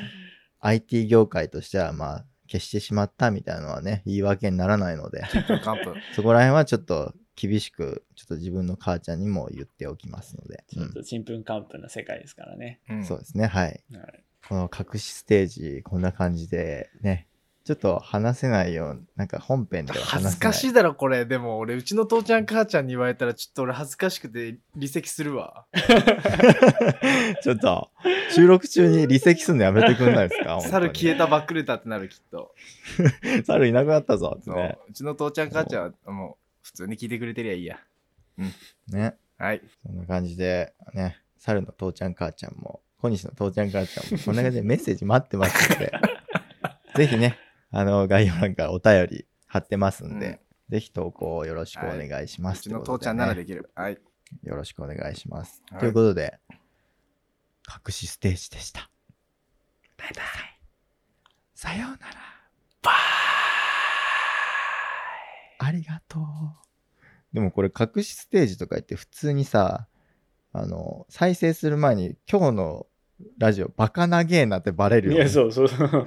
Speaker 2: IT 業界としては、まあ、消してしまったみたいなのはね、言い訳にならないの で、
Speaker 4: カンプ。
Speaker 2: そこら辺はちょっと厳しく、ちょっと自分の母ちゃんにも言っておきますので、
Speaker 3: ちょっとちんぷんかんぷんな世界ですからね。
Speaker 4: う
Speaker 2: うんんそうですね、はい。
Speaker 3: はい
Speaker 2: この隠しステージ、こんな感じで、ね、ちょっと話せないよう、なんか本編では話せない。
Speaker 4: 恥ずかしいだろ、これ。でも、俺、うちの父ちゃん、母ちゃんに言われたら、ちょっと俺、恥ずかしくて、離席するわ。
Speaker 2: ちょっと、収録中に離席するのやめてくんないです か
Speaker 4: 猿消えたばっくれたってなる、きっと。
Speaker 2: え。猿いなくなったぞって
Speaker 4: そう
Speaker 2: ね。
Speaker 4: うちの父ちゃん、母ちゃんは、もう、普通に聞いてくれてりゃいいや。
Speaker 2: ね。
Speaker 4: はい。
Speaker 2: そんな感じで、ね、猿の父ちゃん母ちゃんも、小西の父ちゃん母ちゃんも、こんな感じでメッセージ待ってます ので、ぜひね、あの、概要欄からお便り貼ってますんで、ぜひ投稿をよろしくお願いしま
Speaker 4: う
Speaker 2: す。
Speaker 4: ち
Speaker 2: とい
Speaker 4: の
Speaker 2: こと
Speaker 4: 父ちゃんならできる。はい。
Speaker 2: よろしくお願いします。
Speaker 4: はい
Speaker 2: ということで、隠しステージでした。バイバイ。さようなら。バイありがとう。でもこれ隠しステージとか言って普通にさ、あの、再生する前に今日のラジオバカなげーなってバレるよ、
Speaker 3: い
Speaker 2: ね。
Speaker 3: や、そうそうそう。